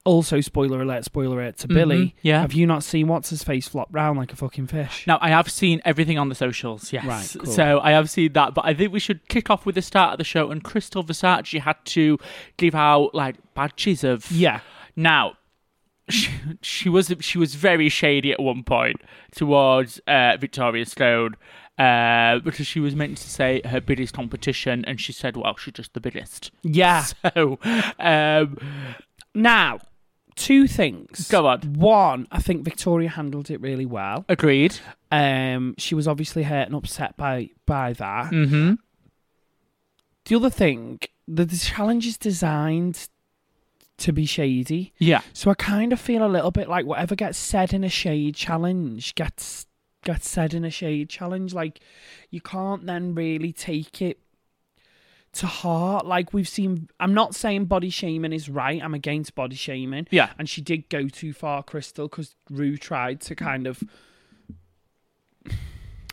Speaker 2: Also, spoiler alert, spoiler alert to Billy.
Speaker 1: Mm-hmm, yeah.
Speaker 2: Have you not seen what's his face flop round like a fucking fish?
Speaker 1: Now I have seen everything on the socials, yes.
Speaker 2: Right, cool.
Speaker 1: So I have seen that, but I think we should kick off with the start of the show. And Crystal Versace had to give out like badges of
Speaker 2: Yeah.
Speaker 1: Now, she, she was she was very shady at one point towards uh, Victoria Stone uh, because she was meant to say her biggest competition, and she said, "Well, she's just the biggest."
Speaker 2: Yeah.
Speaker 1: So, um,
Speaker 2: Now, two things.
Speaker 1: Go on.
Speaker 2: One, I think Victoria handled it really well.
Speaker 1: agreed.
Speaker 2: Um, she was obviously hurt and upset by by that.
Speaker 1: Mm-hmm.
Speaker 2: The other thing, the, the challenge is designed to be shady.
Speaker 1: Yeah,
Speaker 2: So I kind of feel a little bit like whatever gets said in a shade challenge gets gets said in a shade challenge. Like you can't then really take it to heart. Like we've seen. I'm not saying body shaming is right. I'm against body shaming.
Speaker 1: yeah,
Speaker 2: And she did go too far, Crystal, because Rue tried to kind of.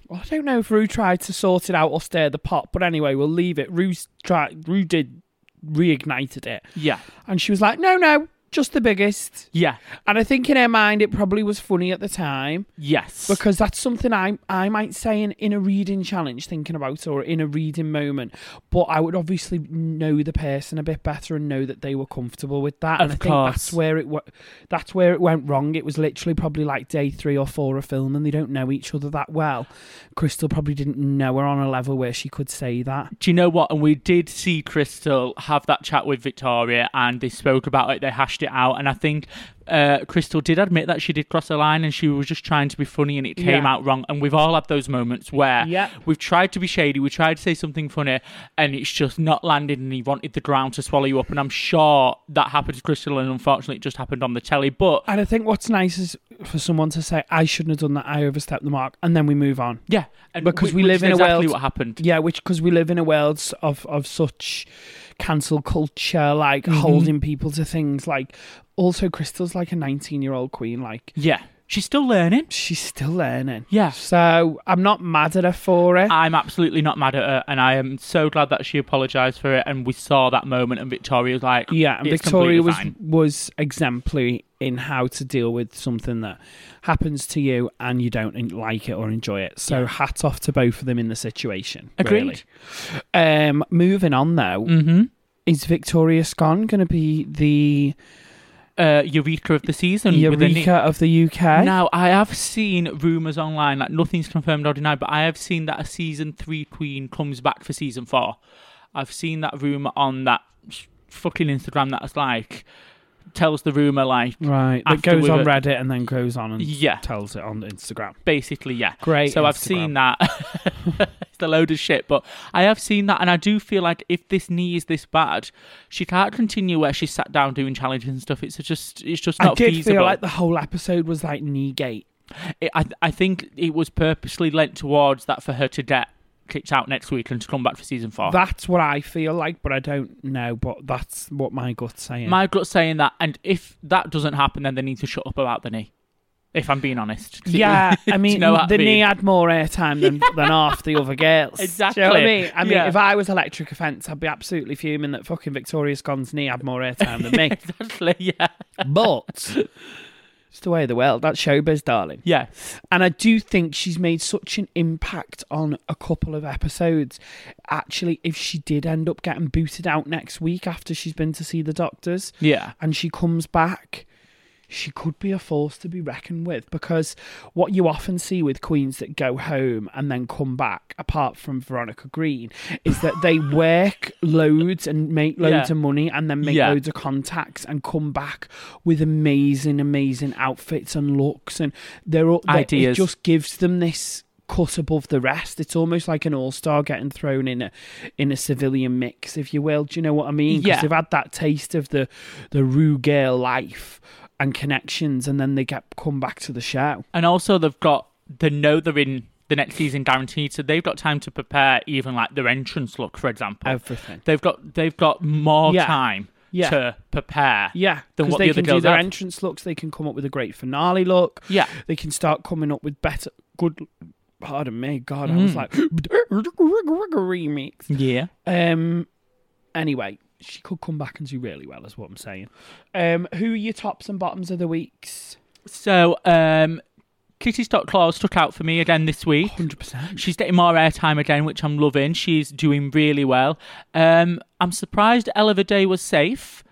Speaker 2: Well, I don't know if Rue tried to sort it out or stir the pot, but anyway, we'll leave it. Rue's try. Rue did reignited it.
Speaker 1: yeah,
Speaker 2: And she was like, no, no, just the biggest.
Speaker 1: yeah,
Speaker 2: And I think in her mind, it probably was funny at the time
Speaker 1: yes.
Speaker 2: because that's something I, I might say in, in a reading challenge, thinking about or in a reading moment. But I would obviously know the person a bit better and know that they were comfortable with that. and I
Speaker 1: Of
Speaker 2: think
Speaker 1: course.
Speaker 2: that's where it wa- that's where it went wrong. It was literally probably like day three or four of film, and they don't know each other that well. Crystal probably didn't know her on a level where she could say that.
Speaker 1: do you know what? And we did see Crystal have that chat with Victoria, and they spoke about it. They hashed it out, and I think uh, Crystal did admit that she did cross the line, and she was just trying to be funny, and it came
Speaker 2: Yeah.
Speaker 1: out wrong. And we've all had those moments where
Speaker 2: Yeah.
Speaker 1: we've tried to be shady, we tried to say something funny, and it's just not landed. And he wanted the ground to swallow you up, and I'm sure that happened to Crystal, and unfortunately, it just happened on the telly. But
Speaker 2: And I think what's nice is for someone to say, I shouldn't have done that, I overstepped the mark, and then we move on.
Speaker 1: yeah, and
Speaker 2: Because
Speaker 1: whi-
Speaker 2: we
Speaker 1: which
Speaker 2: live
Speaker 1: is
Speaker 2: in a
Speaker 1: exactly
Speaker 2: world-
Speaker 1: what happened.
Speaker 2: Yeah, which because we live in a world of of such cancel culture, like
Speaker 1: Mm-hmm.
Speaker 2: holding people to things. Like also, Crystal's like a nineteen year old queen. Like
Speaker 1: Yeah, she's still learning.
Speaker 2: she's still learning.
Speaker 1: Yeah.
Speaker 2: So I'm not mad at her for it.
Speaker 1: I'm absolutely not mad at her, and I am so glad that she apologised for it. And we saw that moment, and Victoria was like,
Speaker 2: yeah, and
Speaker 1: it's
Speaker 2: Victoria
Speaker 1: completely fine.
Speaker 2: was was exemplary in how to deal with something that happens to you and you don't en- like it or enjoy it. So hats off to both of them in the situation. really.
Speaker 1: agreed."
Speaker 2: Um, moving on though,
Speaker 1: hmm
Speaker 2: is Victoria Scone going to be the
Speaker 1: Uh, Eureka of the season. with a ni-
Speaker 2: Eureka of the UK?
Speaker 1: Now I have seen rumours online, like nothing's confirmed or denied, but I have seen that a season three queen comes back for season four. I've seen that rumour on that s- fucking Instagram that's like tells the rumour like
Speaker 2: Right, that
Speaker 1: After
Speaker 2: goes
Speaker 1: we
Speaker 2: on
Speaker 1: were-
Speaker 2: Reddit and then goes on and
Speaker 1: yeah,
Speaker 2: tells it on Instagram.
Speaker 1: basically yeah.
Speaker 2: Great.
Speaker 1: So I've seen that. it's a load of shit, but I have seen that, and I do feel like if this knee is this bad, she can't continue where she sat down doing challenges and stuff. It's just, it's just
Speaker 2: I
Speaker 1: not
Speaker 2: did
Speaker 1: feasible.
Speaker 2: feel like the whole episode was like Negate.
Speaker 1: It- I, I think it was purposely lent towards that for her to get kicked out next week and to come back for season four.
Speaker 2: That's what I feel like, but I don't know. But that's what my gut's saying.
Speaker 1: My gut's saying that, and if that doesn't happen, then they need to shut up about the knee. If I'm being honest, Do you-
Speaker 2: yeah,
Speaker 1: do
Speaker 2: I
Speaker 1: you
Speaker 2: mean,
Speaker 1: know what I
Speaker 2: the knee
Speaker 1: mean?
Speaker 2: had more airtime than, than half the other girls. Do you know what I
Speaker 1: Exactly.
Speaker 2: mean? I mean,
Speaker 1: Yeah.
Speaker 2: if I was Electric Offence, I'd be absolutely fuming that fucking Victoria Scone's knee had more airtime than me.
Speaker 1: Exactly. Yeah.
Speaker 2: but it's the way of the world. That's showbiz, darling.
Speaker 1: Yeah.
Speaker 2: And I do think she's made such an impact on a couple of episodes. Actually, if she did end up getting booted out next week after she's been to see the doctors
Speaker 1: Yeah.
Speaker 2: and she comes back, she could be a force to be reckoned with because what you often see with queens that go home and then come back, apart from Veronica Green, is that they work loads and make loads
Speaker 1: Yeah.
Speaker 2: of money and then make
Speaker 1: Yeah.
Speaker 2: loads of contacts and come back with amazing, amazing outfits and looks and they're all that
Speaker 1: Ideas.
Speaker 2: It just gives them this cut above the rest. It's almost like an all star getting thrown in a in a civilian mix, if you will. Do you know what I mean? Because
Speaker 1: Yeah.
Speaker 2: they've had that taste of the the Rue girl life and connections, and then they get come back to the show.
Speaker 1: And also, they've got they know they're in the next season guaranteed, so they've got time to prepare even like their entrance look, for example.
Speaker 2: Everything.
Speaker 1: they've got they've got more
Speaker 2: Oh. Yeah.
Speaker 1: time
Speaker 2: Yeah.
Speaker 1: to prepare.
Speaker 2: Yeah,
Speaker 1: Than
Speaker 2: because
Speaker 1: what
Speaker 2: they
Speaker 1: the other
Speaker 2: can do
Speaker 1: girls
Speaker 2: their
Speaker 1: have.
Speaker 2: entrance looks. They can come up with a great finale look.
Speaker 1: Yeah.
Speaker 2: they can start coming up with better good. Pardon me, God, I was
Speaker 1: Mm.
Speaker 2: like remix.
Speaker 1: Yeah.
Speaker 2: Um. Anyway, she could come back and do really well, is what I'm saying. Um. Who are your tops and bottoms of the weeks?
Speaker 1: So, um, Kitty Stockclaw stuck out for me again this week.
Speaker 2: Hundred percent.
Speaker 1: She's getting more airtime again, which I'm loving. She's doing really well. Um, I'm surprised Eleva Day was safe.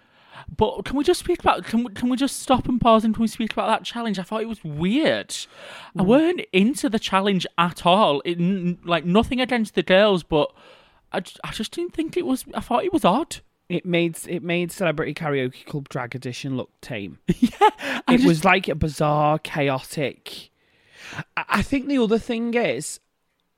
Speaker 1: But can we just speak about? Can we, can we just stop and pause and can we speak about that challenge? I thought it was weird.
Speaker 2: Mm.
Speaker 1: I weren't into the challenge at all. It, n- like nothing against the girls, but I, j- I just didn't think it was. I thought it was odd.
Speaker 2: It made it made Celebrity Karaoke Club Drag Edition look tame.
Speaker 1: yeah, I
Speaker 2: it
Speaker 1: just-
Speaker 2: was like a bizarre, chaotic. I- I think the other thing is,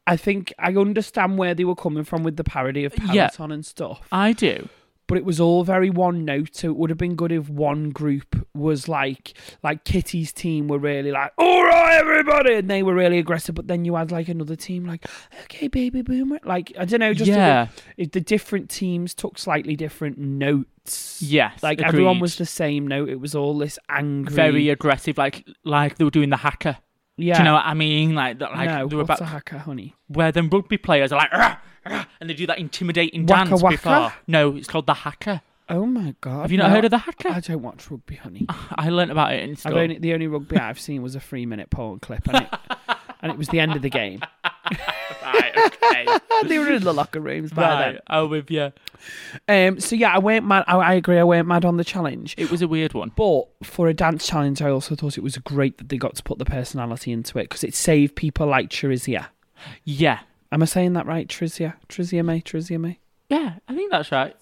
Speaker 2: I think I understand where they were coming from with the parody of Peloton
Speaker 1: Yeah.
Speaker 2: and stuff.
Speaker 1: I do.
Speaker 2: but it was all very one note. So it would have been good if one group was like, like Kitty's team were really like, all right, everybody, and they were really aggressive. But then you had like another team, like, okay, baby boomer, like I don't know, just a-
Speaker 1: Yeah.
Speaker 2: if the different teams took slightly different notes.
Speaker 1: Yes,
Speaker 2: like everyone
Speaker 1: agreed.
Speaker 2: was the same note. It was all this angry,
Speaker 1: very aggressive, like like they were doing the hacker.
Speaker 2: yeah.
Speaker 1: Do you know what I mean? Like that- like
Speaker 2: no,
Speaker 1: they were
Speaker 2: what's
Speaker 1: about
Speaker 2: a hacker, honey?
Speaker 1: where then rugby players are like "Rah, rah," and they do that intimidating
Speaker 2: Waka
Speaker 1: dance
Speaker 2: waka?
Speaker 1: before. No, it's called the hacker.
Speaker 2: Oh my god!
Speaker 1: Have you not
Speaker 2: no,
Speaker 1: heard of Ah, the hacker?
Speaker 2: I don't watch rugby, honey.
Speaker 1: I learnt about it in
Speaker 2: I've
Speaker 1: school.
Speaker 2: only, the only rugby I've seen was a three-minute porn clip, and it, and it was the end of the game.
Speaker 1: Right, okay.
Speaker 2: they were in the locker rooms by
Speaker 1: right, I'm with you.
Speaker 2: then. Um, so yeah, I went mad. I, I agree. I went mad on the challenge,
Speaker 1: It was a weird one.
Speaker 2: but for a dance challenge, I also thought it was great that they got to put the personality into it because it saved people like Trizia.
Speaker 1: Yeah,
Speaker 2: Am I saying that right? Trizia, Trizia May, Trizia May,
Speaker 1: yeah, I think that's right.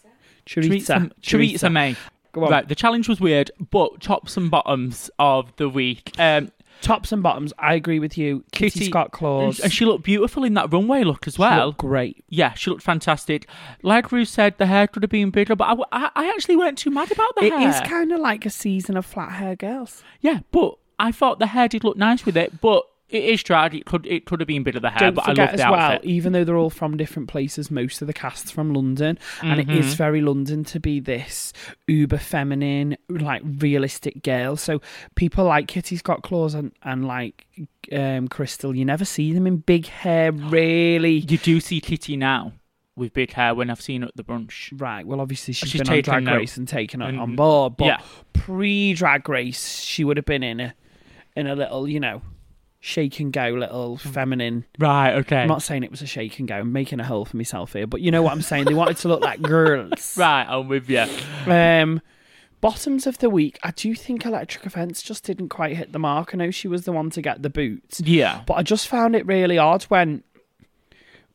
Speaker 2: Choriza,
Speaker 1: Teresa May.
Speaker 2: Go on.
Speaker 1: Right, the challenge was weird, but tops and bottoms of the week. Um,
Speaker 2: Tops and bottoms. I agree with you. Kitty,
Speaker 1: Kitty-
Speaker 2: Scott Claus.
Speaker 1: and she looked beautiful in that runway look as well.
Speaker 2: great.
Speaker 1: yeah, she looked fantastic. Like Ruth said, the hair could have been bigger, but I, w- I- I actually weren't too mad about the
Speaker 2: It
Speaker 1: hair.
Speaker 2: is kind of like a season of flat hair girls.
Speaker 1: yeah, but I thought the hair did look nice with it. But it is drag. It could it could have been bigger the hair,
Speaker 2: Don't
Speaker 1: but I
Speaker 2: forget
Speaker 1: love
Speaker 2: as
Speaker 1: the
Speaker 2: well,
Speaker 1: outfit.
Speaker 2: even though they're all from different places, most of the cast's from London, and it
Speaker 1: Mm-hmm.
Speaker 2: is very London to be this uber feminine, like realistic girl. So people like Kitty Scott Claus and and like um, Crystal, you never see them in big hair, really.
Speaker 1: You do see Kitty now with big hair when I've seen her at the brunch.
Speaker 2: Right. Well, obviously she's,
Speaker 1: She's
Speaker 2: been on
Speaker 1: taken
Speaker 2: Drag
Speaker 1: note.
Speaker 2: Race and taken it
Speaker 1: And-
Speaker 2: on board, but
Speaker 1: yeah.
Speaker 2: pre-Drag Race, she would have been in a in a little, you know, shake and go little feminine
Speaker 1: Right. Okay.
Speaker 2: I'm not saying it was a shake and go. I'm making a hole for myself here, but you know what I'm saying. They wanted to look like girls.
Speaker 1: right. I'm with you.
Speaker 2: Um, bottoms of the week. I do think Electric Offence just didn't quite hit the mark. I know she was the one to get the boot,
Speaker 1: Yeah.
Speaker 2: but I just found it really odd when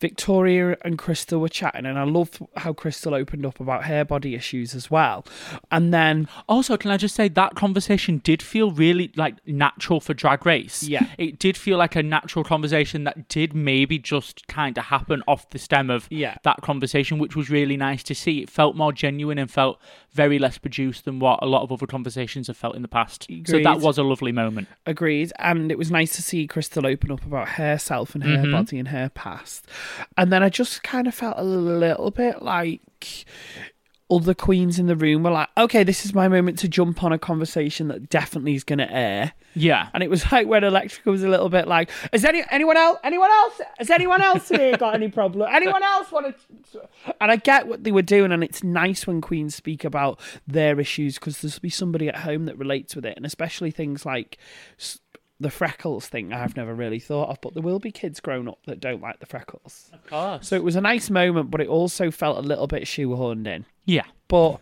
Speaker 2: Victoria and Crystal were chatting, and I loved how Crystal opened up about her body issues as well. And then
Speaker 1: Also, can I just say that conversation did feel really like natural for Drag Race.
Speaker 2: Yeah.
Speaker 1: It did feel like a natural conversation that did maybe just kind of happen off the stem of
Speaker 2: Yeah.
Speaker 1: that conversation, which was really nice to see. It felt more genuine and felt very less produced than what a lot of other conversations have felt in the past. So that
Speaker 2: Agreed.
Speaker 1: was a lovely moment.
Speaker 2: Agreed. And it was nice to see Crystal open up about herself and her
Speaker 1: Mhm.
Speaker 2: body and her past. And then I just kind of felt a little bit like other queens in the room were like, okay, this is my moment to jump on a conversation that definitely is going to air.
Speaker 1: Yeah.
Speaker 2: And it was like when Electrica was a little bit like, "Is any anyone else? Anyone else? Has anyone else here got any problem? Anyone else want to?" And I get what they were doing, and it's nice when queens speak about their issues because there'll be somebody at home that relates with it, and especially things like s- the freckles thing. I've never really thought of, but there will be kids grown up that don't like the freckles.
Speaker 1: Of course.
Speaker 2: So it was a nice moment, but it also felt a little bit shoehorned in.
Speaker 1: yeah.
Speaker 2: But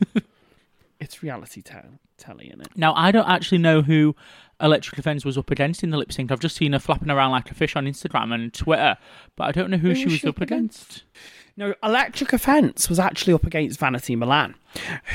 Speaker 2: it's reality town telly, is it?
Speaker 1: Now, I don't actually know who Electric Defense was up against in the lip sync. I've just seen her flapping around like a fish on Instagram and Twitter, but I don't know who, she was up against.
Speaker 2: No, Electric Offence was actually up against Vanity Milan,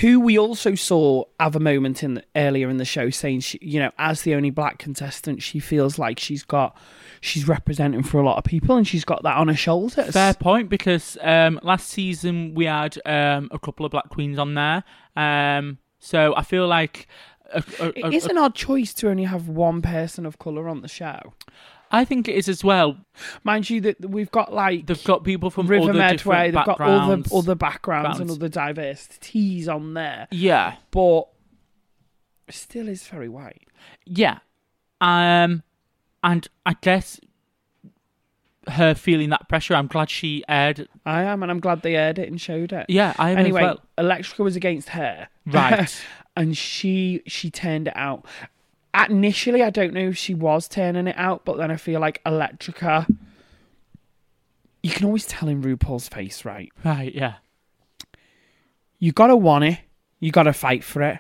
Speaker 2: who we also saw have a moment in earlier in the show saying, she, you know, as the only black contestant, she feels like she's got, she's representing for a lot of people and she's got that on her shoulders.
Speaker 1: Fair point, because um, last season we had um, a couple of black queens on there. Um, so I feel like. A, a, a-
Speaker 2: It is an odd choice to only have one person of colour on the show.
Speaker 1: I think it is as well.
Speaker 2: Mind you, that we've got like
Speaker 1: They've got people from
Speaker 2: River
Speaker 1: other
Speaker 2: Medway,
Speaker 1: different
Speaker 2: they've got other,
Speaker 1: backgrounds.
Speaker 2: other backgrounds and
Speaker 1: backgrounds.
Speaker 2: other diversities on there,
Speaker 1: Yeah.
Speaker 2: but still is very white.
Speaker 1: Yeah. Um and I guess her feeling that pressure, I'm glad she aired
Speaker 2: I am, and I'm glad they aired it and showed it.
Speaker 1: Yeah, I am as
Speaker 2: anyway,
Speaker 1: well.
Speaker 2: Electrica was against her,
Speaker 1: Right.
Speaker 2: and she she turned it out. At- Initially, I don't know if she was turning it out, but then I feel like Electrica. You can always tell in RuPaul's face, right?
Speaker 1: Right, yeah.
Speaker 2: You gotta want it, you gotta fight for it.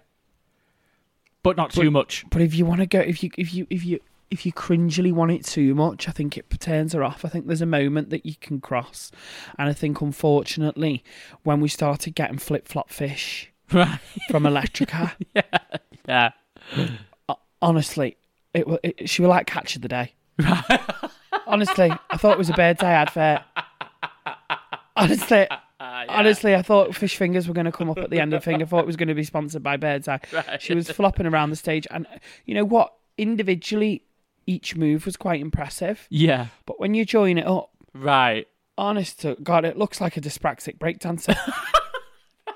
Speaker 1: But not too much.
Speaker 2: But if you want to go, if you if you if you if you cringily want it too much, I think it turns her off. I think there's a moment that you can cross, and I think unfortunately, when we started getting flip flop fish
Speaker 1: Right.
Speaker 2: from Electrica,
Speaker 1: Yeah.
Speaker 2: honestly, it, wa- it she was like catch of the day. honestly, I thought it was a bird day advert. Honestly, honestly, I thought fish fingers were going to come up at the end of the thing. I thought it was going to be sponsored by Bird's Eye. She was flopping around the stage, and you know what? Individually, each move was quite impressive,
Speaker 1: Yeah.
Speaker 2: but when you join it up,
Speaker 1: Right.
Speaker 2: honest to God, it looks like a dyspraxic breakdancer.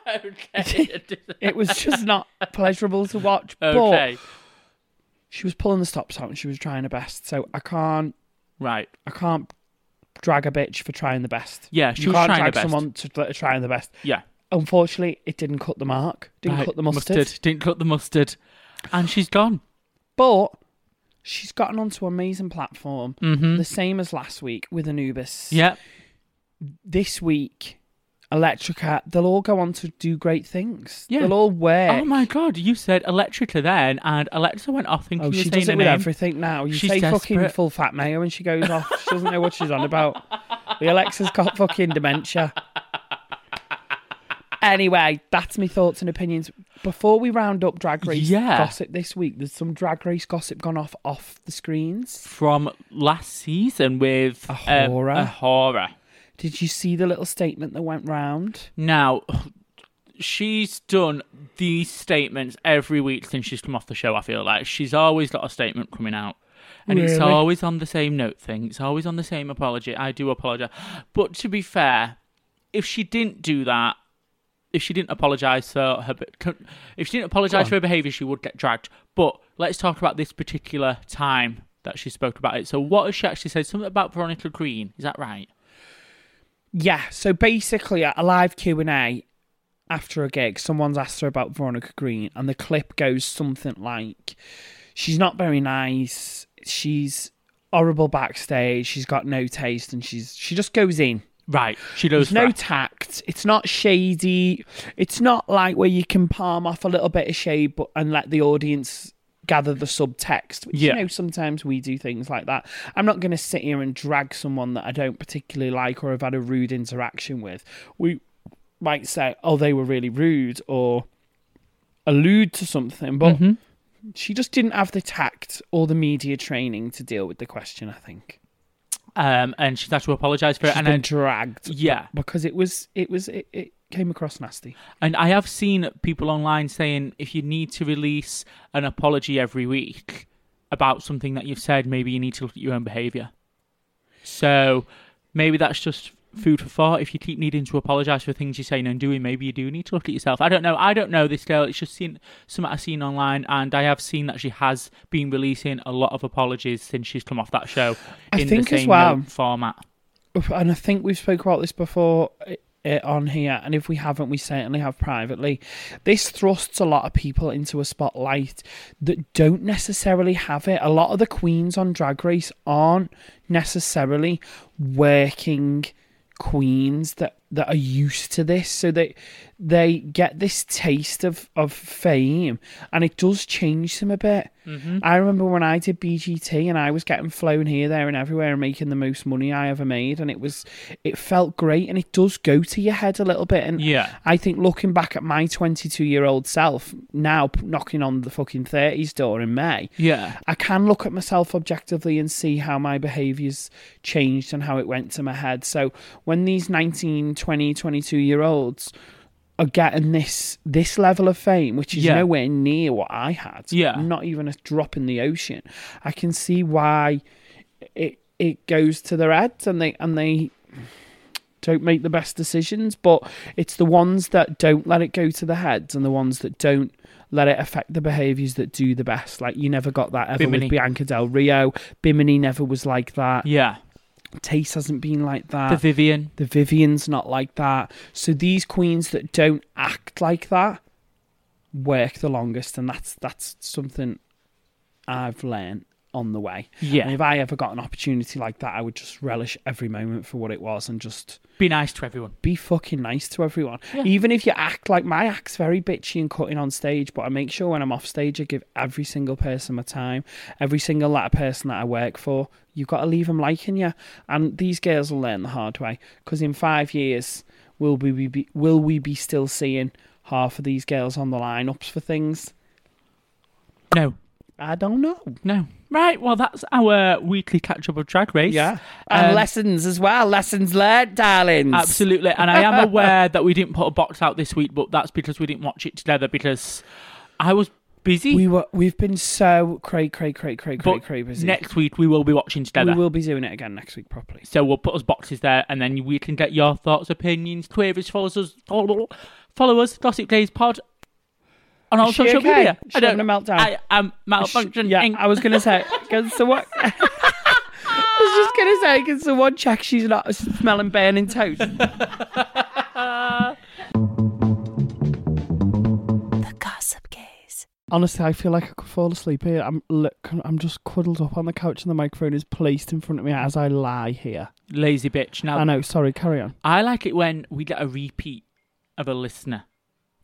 Speaker 1: Okay.
Speaker 2: it was just not pleasurable to watch. But
Speaker 1: okay.
Speaker 2: she was pulling the stops out and she was trying her best. So I can't
Speaker 1: Right.
Speaker 2: I can't drag a bitch for trying the best.
Speaker 1: Yeah, she
Speaker 2: you
Speaker 1: was
Speaker 2: can't
Speaker 1: trying her
Speaker 2: drag
Speaker 1: best.
Speaker 2: someone to try- trying the best.
Speaker 1: Yeah.
Speaker 2: Unfortunately, it didn't cut the mark. Didn't
Speaker 1: Right.
Speaker 2: cut the mustard.
Speaker 1: Didn't cut the mustard. And she's gone.
Speaker 2: But she's gotten onto an amazing platform, the same as last week with Anubis.
Speaker 1: Mm-hmm. Yeah.
Speaker 2: This week, Electrica, they'll all go on to do great things.
Speaker 1: Yeah.
Speaker 2: They'll all wear.
Speaker 1: Oh my god, you said Electrica then and Alexa went off thinking
Speaker 2: Oh,
Speaker 1: you were
Speaker 2: she
Speaker 1: saying
Speaker 2: does
Speaker 1: her
Speaker 2: it with
Speaker 1: name.
Speaker 2: everything now. You
Speaker 1: She's
Speaker 2: say fucking
Speaker 1: desperate.
Speaker 2: full fat mayo and she goes off. She doesn't know what she's on about. The Alexa's got fucking dementia. Anyway, that's my thoughts and opinions. Before we round up drag race
Speaker 1: Yeah.
Speaker 2: gossip this week, there's some drag race gossip gone off off the screens.
Speaker 1: From last season with
Speaker 2: A
Speaker 1: um,
Speaker 2: horror.
Speaker 1: a horror.
Speaker 2: Did you see the little statement that went round?
Speaker 1: Now, she's done these statements every week since she's come off the show, I feel like. She's always got a statement coming out. And it's
Speaker 2: Really?
Speaker 1: always on the same note thing. It's always on the same apology. I do apologize. But to be fair, if she didn't do that, if she didn't apologize for her, be- if she didn't apologize for her behavior, she would get dragged. But let's talk about this particular time that she spoke about it. So, what has she actually said? Something about Veronica Green. Is that right?
Speaker 2: Yeah. So basically, at a live Q and A after a gig, someone's asked her about Veronica Green, and the clip goes something like, "She's not very nice. She's horrible backstage. She's got no taste, and she's she just goes in."
Speaker 1: Right. She goes.
Speaker 2: There's no
Speaker 1: for-
Speaker 2: tact. It's not shady. It's not like where you can palm off a little bit of shade but and let the audience gather the subtext. Which,
Speaker 1: Yeah.
Speaker 2: You know, sometimes we do things like that. I'm not going to sit here and drag someone that I don't particularly like or have had a rude interaction with. We might say, "Oh, they were really rude," or allude to something, but
Speaker 1: Mm-hmm.
Speaker 2: she just didn't have the tact or the media training to deal with the question. I think
Speaker 1: um, and she's had to apologise for
Speaker 2: she's
Speaker 1: it. And
Speaker 2: been
Speaker 1: then,
Speaker 2: dragged
Speaker 1: yeah,
Speaker 2: because it was it was it, it came across nasty.
Speaker 1: And I have seen people online saying if you need to release an apology every week about something that you've said, maybe you need to look at your own behaviour. So maybe that's just food for thought. If you keep needing to apologise for things you're saying and doing, maybe you do need to look at yourself. I don't know. I don't know this girl. It's just seen something I've seen online, and I have seen that she has been releasing a lot of apologies since she's come off that show
Speaker 2: I
Speaker 1: in
Speaker 2: think
Speaker 1: the
Speaker 2: as
Speaker 1: same
Speaker 2: well-
Speaker 1: note format.
Speaker 2: and I think we've spoke about this before uh, on here, and if we haven't, we certainly have privately. This thrusts a lot of people into a spotlight that don't necessarily have it. A lot of the queens on Drag Race aren't necessarily working queens that that are used to this so they they get this taste of of fame and it does change them a bit i remember when i did bgt and i was getting flown here there and everywhere and making the most money i ever made and it was it felt great and it does go to your head a little bit and
Speaker 1: Yeah.
Speaker 2: I think looking back at my 22 year old self now p- knocking on the fucking 30s door in May,
Speaker 1: Yeah.
Speaker 2: I can look at myself objectively and see how my behaviours changed and how it went to my head. So when these 19, 20, 22 year olds are getting this this level of fame, which is
Speaker 1: Yeah.
Speaker 2: nowhere near what I had,
Speaker 1: Yeah.
Speaker 2: not even a drop in the ocean, I can see why it it goes to their heads and they and they don't make the best decisions, but it's the ones that don't let it go to the heads and the ones that don't let it affect the behaviours that do the best. Like you never got that ever
Speaker 1: Bimini.
Speaker 2: with Bianca Del Rio. Bimini never was like that.
Speaker 1: Yeah.
Speaker 2: Taste hasn't been like that.
Speaker 1: the Vivian.
Speaker 2: The Vivian's not like that. So these queens that don't act like that work the longest, and that's that's something I've learned on the way.
Speaker 1: Yeah.
Speaker 2: And if I ever got an opportunity like that, I would just relish every moment for what it was and just
Speaker 1: Be nice to everyone.
Speaker 2: be fucking nice to everyone.
Speaker 1: Yeah.
Speaker 2: Even if you act like my act's very bitchy and cutting on stage, but I make sure when I'm off stage, I give every single person my time, every single latter person that I work for. You've got to leave them liking you, and these girls will learn the hard way. Because in five years, will we be, be will we be still seeing half of these girls on the lineups for things?
Speaker 1: No.
Speaker 2: I don't know.
Speaker 1: No. Right. Well, that's our weekly catch up of Drag Race.
Speaker 2: Yeah, Um,
Speaker 1: And
Speaker 2: lessons as well. Lessons learned, darlings.
Speaker 1: Absolutely. And I am aware that we didn't put a box out this week, but that's because we didn't watch it together because I was busy.
Speaker 2: We were we've been so cray cray cray cray cray
Speaker 1: but
Speaker 2: cray busy.
Speaker 1: next week we will be watching together.
Speaker 2: We will be doing it again next week properly.
Speaker 1: So we'll put us boxes there, and then we can get your thoughts, opinions, queries, follows us, follow us, Gossip Days Pod, on all
Speaker 2: Is she
Speaker 1: social
Speaker 2: okay?
Speaker 1: media.
Speaker 2: She having a meltdown?
Speaker 1: I am malfunctioning.
Speaker 2: Yeah, I was gonna say because someone. I was just gonna say because someone check she's not smelling burning toast.
Speaker 3: The Gossip Gaze.
Speaker 2: Honestly, I feel like I could fall asleep here. I'm look, I'm just cuddled up on the couch and the microphone is placed in front of me as I lie here.
Speaker 1: Lazy bitch. Now
Speaker 2: I know. Sorry, carry on.
Speaker 1: I like it when we get a repeat of a listener.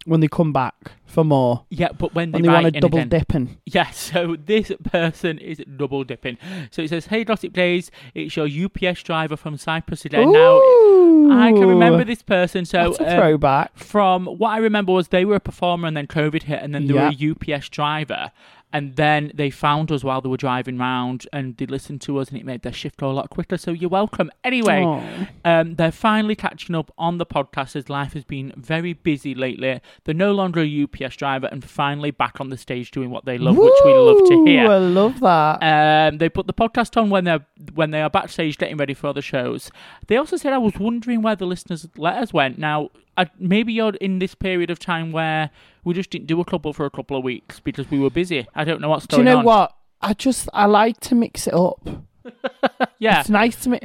Speaker 2: When they come back for more,
Speaker 1: Yeah, but when they,
Speaker 2: when they
Speaker 1: write
Speaker 2: want to
Speaker 1: in
Speaker 2: double
Speaker 1: again.
Speaker 2: dipping.
Speaker 1: Yeah, so this person is double dipping. So it says, Hey Gossip Days, it's your UPS driver from Cyprus today. Now,
Speaker 2: Ooh,
Speaker 1: I can remember this person. So,
Speaker 2: That's a
Speaker 1: um,
Speaker 2: throwback.
Speaker 1: from what I remember was they were a performer and then COVID hit and then they were a UPS driver. And then they found us while they were driving round and they listened to us and it made their shift go a lot quicker. So you're welcome. Anyway,
Speaker 2: Aw.
Speaker 1: um, they're finally catching up on the podcast as life has been very busy lately. They're no longer a UPS driver and finally back on the stage doing what they love, which we love to
Speaker 2: Woo,
Speaker 1: hear.
Speaker 2: I love that.
Speaker 1: Um, they put the podcast on when they're when they are backstage getting ready for other shows. They also said I was wondering where the listeners' letters went. Now, I, maybe you're in this period of time where we just didn't do a couple for a couple of weeks because we were busy. I don't know what's
Speaker 2: Do you
Speaker 1: going
Speaker 2: know
Speaker 1: on.
Speaker 2: what? I just I like to mix it up.
Speaker 1: Yeah,
Speaker 2: It's nice to me.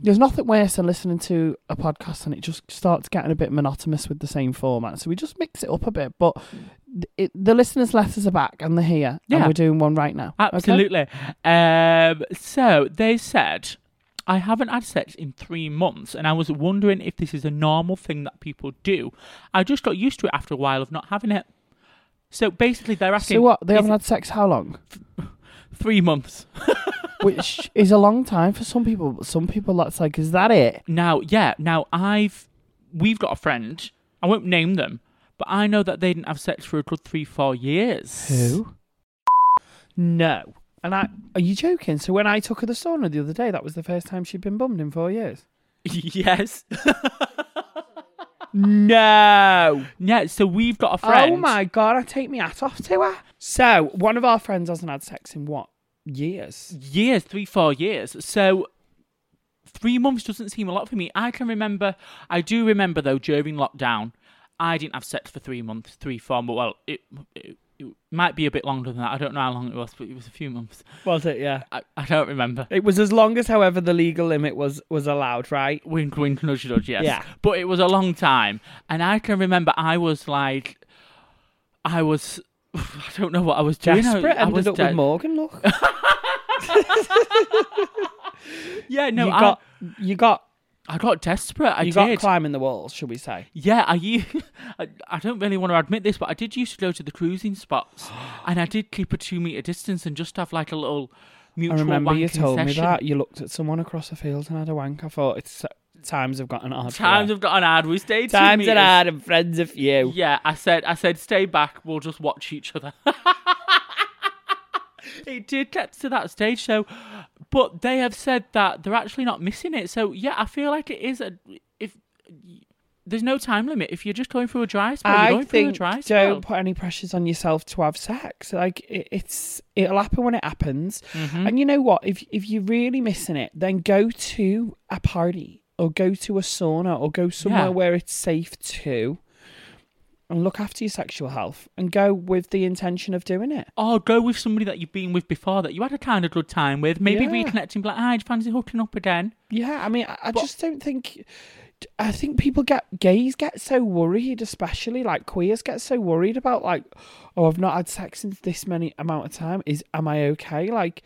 Speaker 2: There's nothing worse than listening to a podcast and it just starts getting a bit monotonous with the same format. So we just mix it up a bit. But th- it, the listeners' letters are back and they're here. And
Speaker 1: Yeah.
Speaker 2: we're doing one right now. Okay?
Speaker 1: absolutely. Um, so they said. I haven't had sex in three months, and I was wondering if this is a normal thing that people do. I just got used to it after a while of not having it. So basically, they're asking
Speaker 2: So what? They
Speaker 1: is
Speaker 2: haven't
Speaker 1: it
Speaker 2: had sex how long?
Speaker 1: three months.
Speaker 2: Which is a long time for some people. But some people, that's like, is that it?
Speaker 1: Now, yeah, now I've we've got a friend. I won't name them, but I know that they didn't have sex for a good three, four years.
Speaker 2: No. And I are you joking? So when I took her to the sauna the other day, that was the first time she'd been bummed in four years.
Speaker 1: yes.
Speaker 2: No.
Speaker 1: Yeah, so we've got a friend.
Speaker 2: Oh my god, I take my hat off to her. So one of our friends hasn't had sex in what? Years.
Speaker 1: Years, three, four years. So three months doesn't seem a lot for me. I can remember, I do remember though, during lockdown, I didn't have sex for three months, three, four, but well, it, it, it might be a bit longer than that. I don't know how long it was, but it was a few months.
Speaker 2: Was it, yeah.
Speaker 1: I, I don't remember.
Speaker 2: It was as long as however the legal limit was was allowed, right?
Speaker 1: Wink, wink, nudge, nudge, yes.
Speaker 2: Yeah.
Speaker 1: But it was a long time. And I can remember I was like, I was, I don't know what I was doing. I-
Speaker 2: Desperate
Speaker 1: I,
Speaker 2: ended
Speaker 1: was
Speaker 2: up
Speaker 1: de-
Speaker 2: with Morgan, look.
Speaker 1: Yeah, no,
Speaker 2: you
Speaker 1: I,
Speaker 2: got you got
Speaker 1: I got desperate. I
Speaker 2: you
Speaker 1: did.
Speaker 2: got climbing the walls, should we say.
Speaker 1: Yeah, I, u- I I don't really want to admit this, but I did used to go to the cruising spots, and I did keep a two meter distance and just have like a little
Speaker 2: I
Speaker 1: mutual.
Speaker 2: remember you
Speaker 1: wanking
Speaker 2: told me
Speaker 1: session.
Speaker 2: that. You looked at someone across the field and had a wank. I thought it's uh, times have gotten hard. for
Speaker 1: Times
Speaker 2: her.
Speaker 1: have gotten hard. We stayed. two
Speaker 2: times are
Speaker 1: meters.
Speaker 2: hard and friends are few.
Speaker 1: Yeah, I said. I said, stay back. We'll just watch each other. it did get to that stage, so. But they have said that they're actually not missing it. So yeah, I feel like it is a if. There's no time limit. If you're just going through a dry spell, you're
Speaker 2: I
Speaker 1: going
Speaker 2: think
Speaker 1: through a dry
Speaker 2: don't
Speaker 1: spell.
Speaker 2: put any pressures on yourself to have sex. Like it, it's it'll happen when it happens.
Speaker 1: Mm-hmm.
Speaker 2: And you know what? If if you're really missing it, then go to a party or go to a sauna or go somewhere
Speaker 1: Yeah.
Speaker 2: where it's safe to, and look after your sexual health and go with the intention of doing it.
Speaker 1: Or oh, go with somebody that you've been with before that you had a kind of good time with. Maybe
Speaker 2: Yeah.
Speaker 1: reconnecting, be like, "Hi, do you fancy hooking up again?"
Speaker 2: Yeah, I mean, I, I
Speaker 1: But-
Speaker 2: just don't think. I think people get gays get so worried, especially like queers get so worried about like, oh, I've not had sex in this many amount of time. Is am I okay? Like,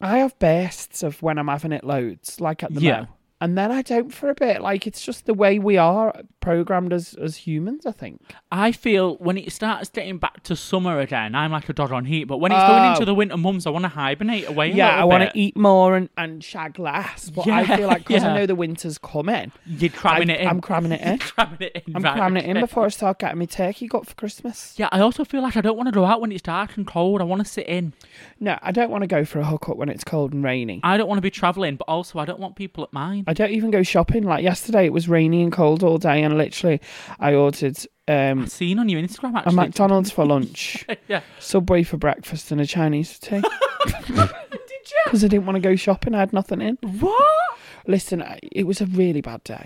Speaker 2: I have bursts of when I'm having it loads, like at the
Speaker 1: Yeah.
Speaker 2: yeah. and then I don't for a bit. Like it's just the way we are programmed as as humans. I think.
Speaker 1: I feel when it starts getting back to summer again, I'm like a dog on heat. But when it's going
Speaker 2: Oh.
Speaker 1: into the winter months, I want to hibernate away. a
Speaker 2: yeah,
Speaker 1: little
Speaker 2: I want
Speaker 1: bit.
Speaker 2: to eat more and and shag less, but I
Speaker 1: Yeah,
Speaker 2: feel like because
Speaker 1: yeah.
Speaker 2: I know the winter's coming,
Speaker 1: You're cramming
Speaker 2: I-
Speaker 1: it in.
Speaker 2: I'm cramming it in.
Speaker 1: cramming it in.
Speaker 2: I'm
Speaker 1: right,
Speaker 2: cramming it in
Speaker 1: okay.
Speaker 2: before I start getting my turkey gut for Christmas.
Speaker 1: Yeah, I also feel like I don't want to go out when it's dark and cold. I want to sit in.
Speaker 2: No, I don't want to go for a hookup when it's cold and rainy.
Speaker 1: I don't want to be travelling, but also I don't want people at mine.
Speaker 2: I don't even go shopping. Like yesterday, it was rainy and cold all day, and literally, I ordered um,
Speaker 1: I've seen on your Instagram
Speaker 2: a
Speaker 1: actually.
Speaker 2: McDonald's for lunch,
Speaker 1: yeah.
Speaker 2: Subway for breakfast, and a Chinese tea. Did you? Because I didn't want to go shopping. I had nothing in.
Speaker 1: What?
Speaker 2: Listen, I- it was a really bad day.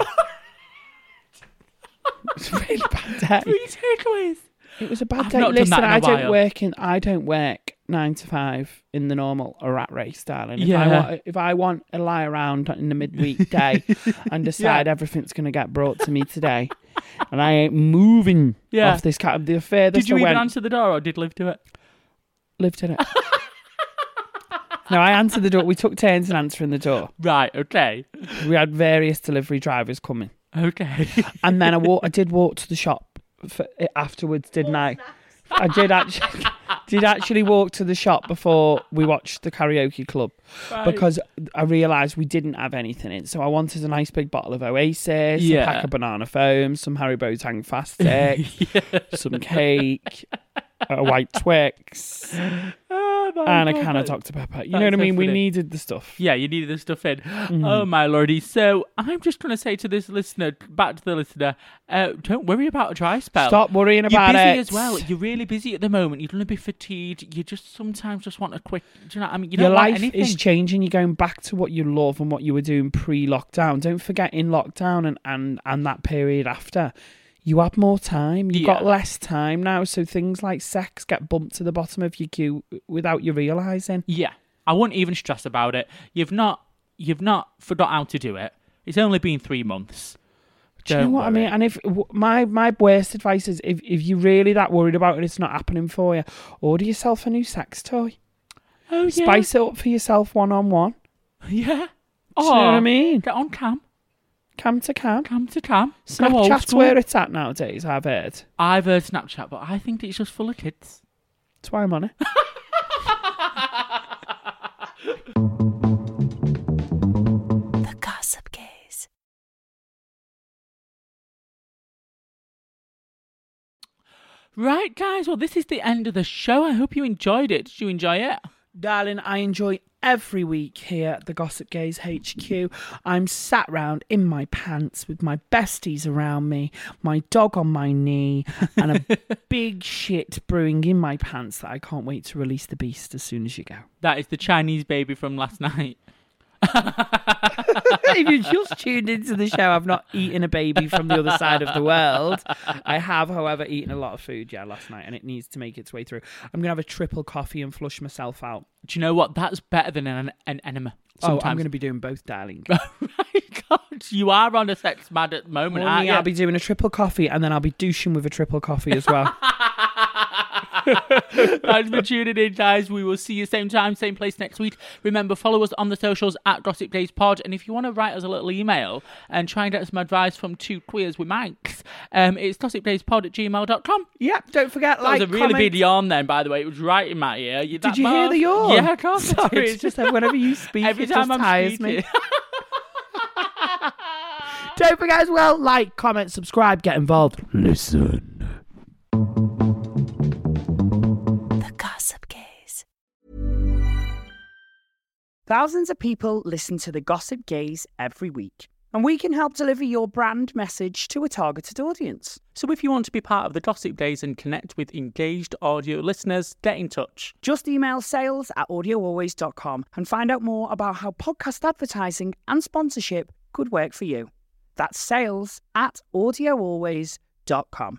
Speaker 2: it was a really bad day.
Speaker 1: Three takeaways.
Speaker 2: It was a bad
Speaker 1: I've
Speaker 2: day.
Speaker 1: not done
Speaker 2: Listen,
Speaker 1: that in a
Speaker 2: I don't
Speaker 1: while.
Speaker 2: work in. I don't work nine to five in the normal or rat race, darling. If I
Speaker 1: Yeah.
Speaker 2: want, if I want to lie around in the midweek day and decide everything's gonna get brought to me today, and I ain't moving
Speaker 1: Yeah.
Speaker 2: off this cat, the furthest
Speaker 1: Did you
Speaker 2: I
Speaker 1: even
Speaker 2: went,
Speaker 1: answer the door or did Liv do it?
Speaker 2: lived in it. no, I answered the door. We took turns in answering the door.
Speaker 1: Right, okay.
Speaker 2: We had various delivery drivers coming,
Speaker 1: Okay.
Speaker 2: and then I walk. I did walk to the shop for, eh, afterwards, didn't I? I did actually did actually walk to the shop before we watched the karaoke club because I realised we didn't have anything in. So I wanted a nice big bottle of Oasis,
Speaker 1: Yeah.
Speaker 2: a pack of banana foam, some Haribo Tang Fast Stick, some cake, a white Twix,
Speaker 1: Oh
Speaker 2: and a can of Dr Pepper. You know what I
Speaker 1: That's
Speaker 2: mean? We
Speaker 1: everything.
Speaker 2: needed the stuff.
Speaker 1: Yeah, you needed this stuff in.
Speaker 2: Mm-hmm.
Speaker 1: Oh my lordy. So I'm just gonna say to this listener, back to the listener, uh, don't worry about a dry spell.
Speaker 2: Stop worrying about
Speaker 1: you're busy
Speaker 2: it.
Speaker 1: as well. You're really busy at the moment. You're gonna be fatigued. You just sometimes just want a quick. Do you know? What I mean, you
Speaker 2: Your
Speaker 1: don't want
Speaker 2: life
Speaker 1: anything.
Speaker 2: is changing. You're going back to what you love and what you were doing pre lockdown. Don't forget, in lockdown and, and, and that period after, you had more time. You got
Speaker 1: Yeah.
Speaker 2: less time now. So things like sex get bumped to the bottom of your queue without you realizing.
Speaker 1: yeah, I wouldn't even stress about it. You've not, you've not forgot how to do it. It's only been three months.
Speaker 2: Do you know
Speaker 1: Don't
Speaker 2: what I mean?
Speaker 1: worry.
Speaker 2: And if w- my my worst advice is if, if you're really that worried about it, it's not happening for you, order yourself a new sex toy.
Speaker 1: Oh yeah.
Speaker 2: Spice it up for yourself one on one.
Speaker 1: Yeah. Oh,
Speaker 2: Do you know what I mean?
Speaker 1: Get on cam,
Speaker 2: Cam to cam.
Speaker 1: cam to cam. Go old
Speaker 2: Snapchat's
Speaker 1: school.
Speaker 2: where it's at nowadays, I've heard.
Speaker 1: I've heard Snapchat, but I think it's just full of kids.
Speaker 2: That's why I'm on it.
Speaker 3: The Gossip Gaze.
Speaker 1: Right, guys. Well, this is the end of the show. I hope you enjoyed it. Did you enjoy it?
Speaker 2: Darling, I enjoy every week here at the Gossip Gaze HQ. I'm sat round in my pants with my besties around me, my dog on my knee, and a big shit brewing in my pants that I can't wait to release the beast as soon as you go.
Speaker 1: That is the Chinese baby from last night.
Speaker 2: if you just tuned into the show, I've not eaten a baby from the other side of the world. I have, however, eaten a lot of food, yeah, last night, and it needs to make its way through. I'm gonna have a triple coffee and flush myself out.
Speaker 1: Do you know what? That's better than an, an enema. Sometimes.
Speaker 2: Oh, I'm gonna be doing both, darling.
Speaker 1: My God, you are on a sex mad at the moment,
Speaker 2: Morning,
Speaker 1: aren't you?
Speaker 2: I'll be doing a triple coffee, and then I'll be douching with a triple coffee as well.
Speaker 1: Thanks for tuning in, guys. We will see you same time, same place next week. Remember, follow us on the socials at Gossip Days Pod. And if you want to write us a little email and try and get some advice from two queers with mics, um, it's gossipdayspod at gmail.com.
Speaker 2: yep, don't forget,
Speaker 1: That
Speaker 2: like,
Speaker 1: was a really
Speaker 2: comment.
Speaker 1: big yawn then, by the way. It was right in my ear. You,
Speaker 2: Did you hear the yawn?
Speaker 1: Yeah, I can't.
Speaker 2: Sorry, it's just that whenever you speak,
Speaker 1: Every
Speaker 2: it
Speaker 1: time
Speaker 2: just
Speaker 1: I'm
Speaker 2: tires
Speaker 1: speaking.
Speaker 2: me. Don't forget as well, like, comment, subscribe, get involved. Listen.
Speaker 3: The Gossip Gaze.
Speaker 4: Thousands of people listen to the Gossip Gaze every week, and we can help deliver your brand message to a targeted audience.
Speaker 1: So if you want to be part of the Gossip Days and connect with engaged audio listeners, get in touch.
Speaker 4: Just email sales at audioalways.com and find out more about how podcast advertising and sponsorship could work for you. That's sales at audioalways.com.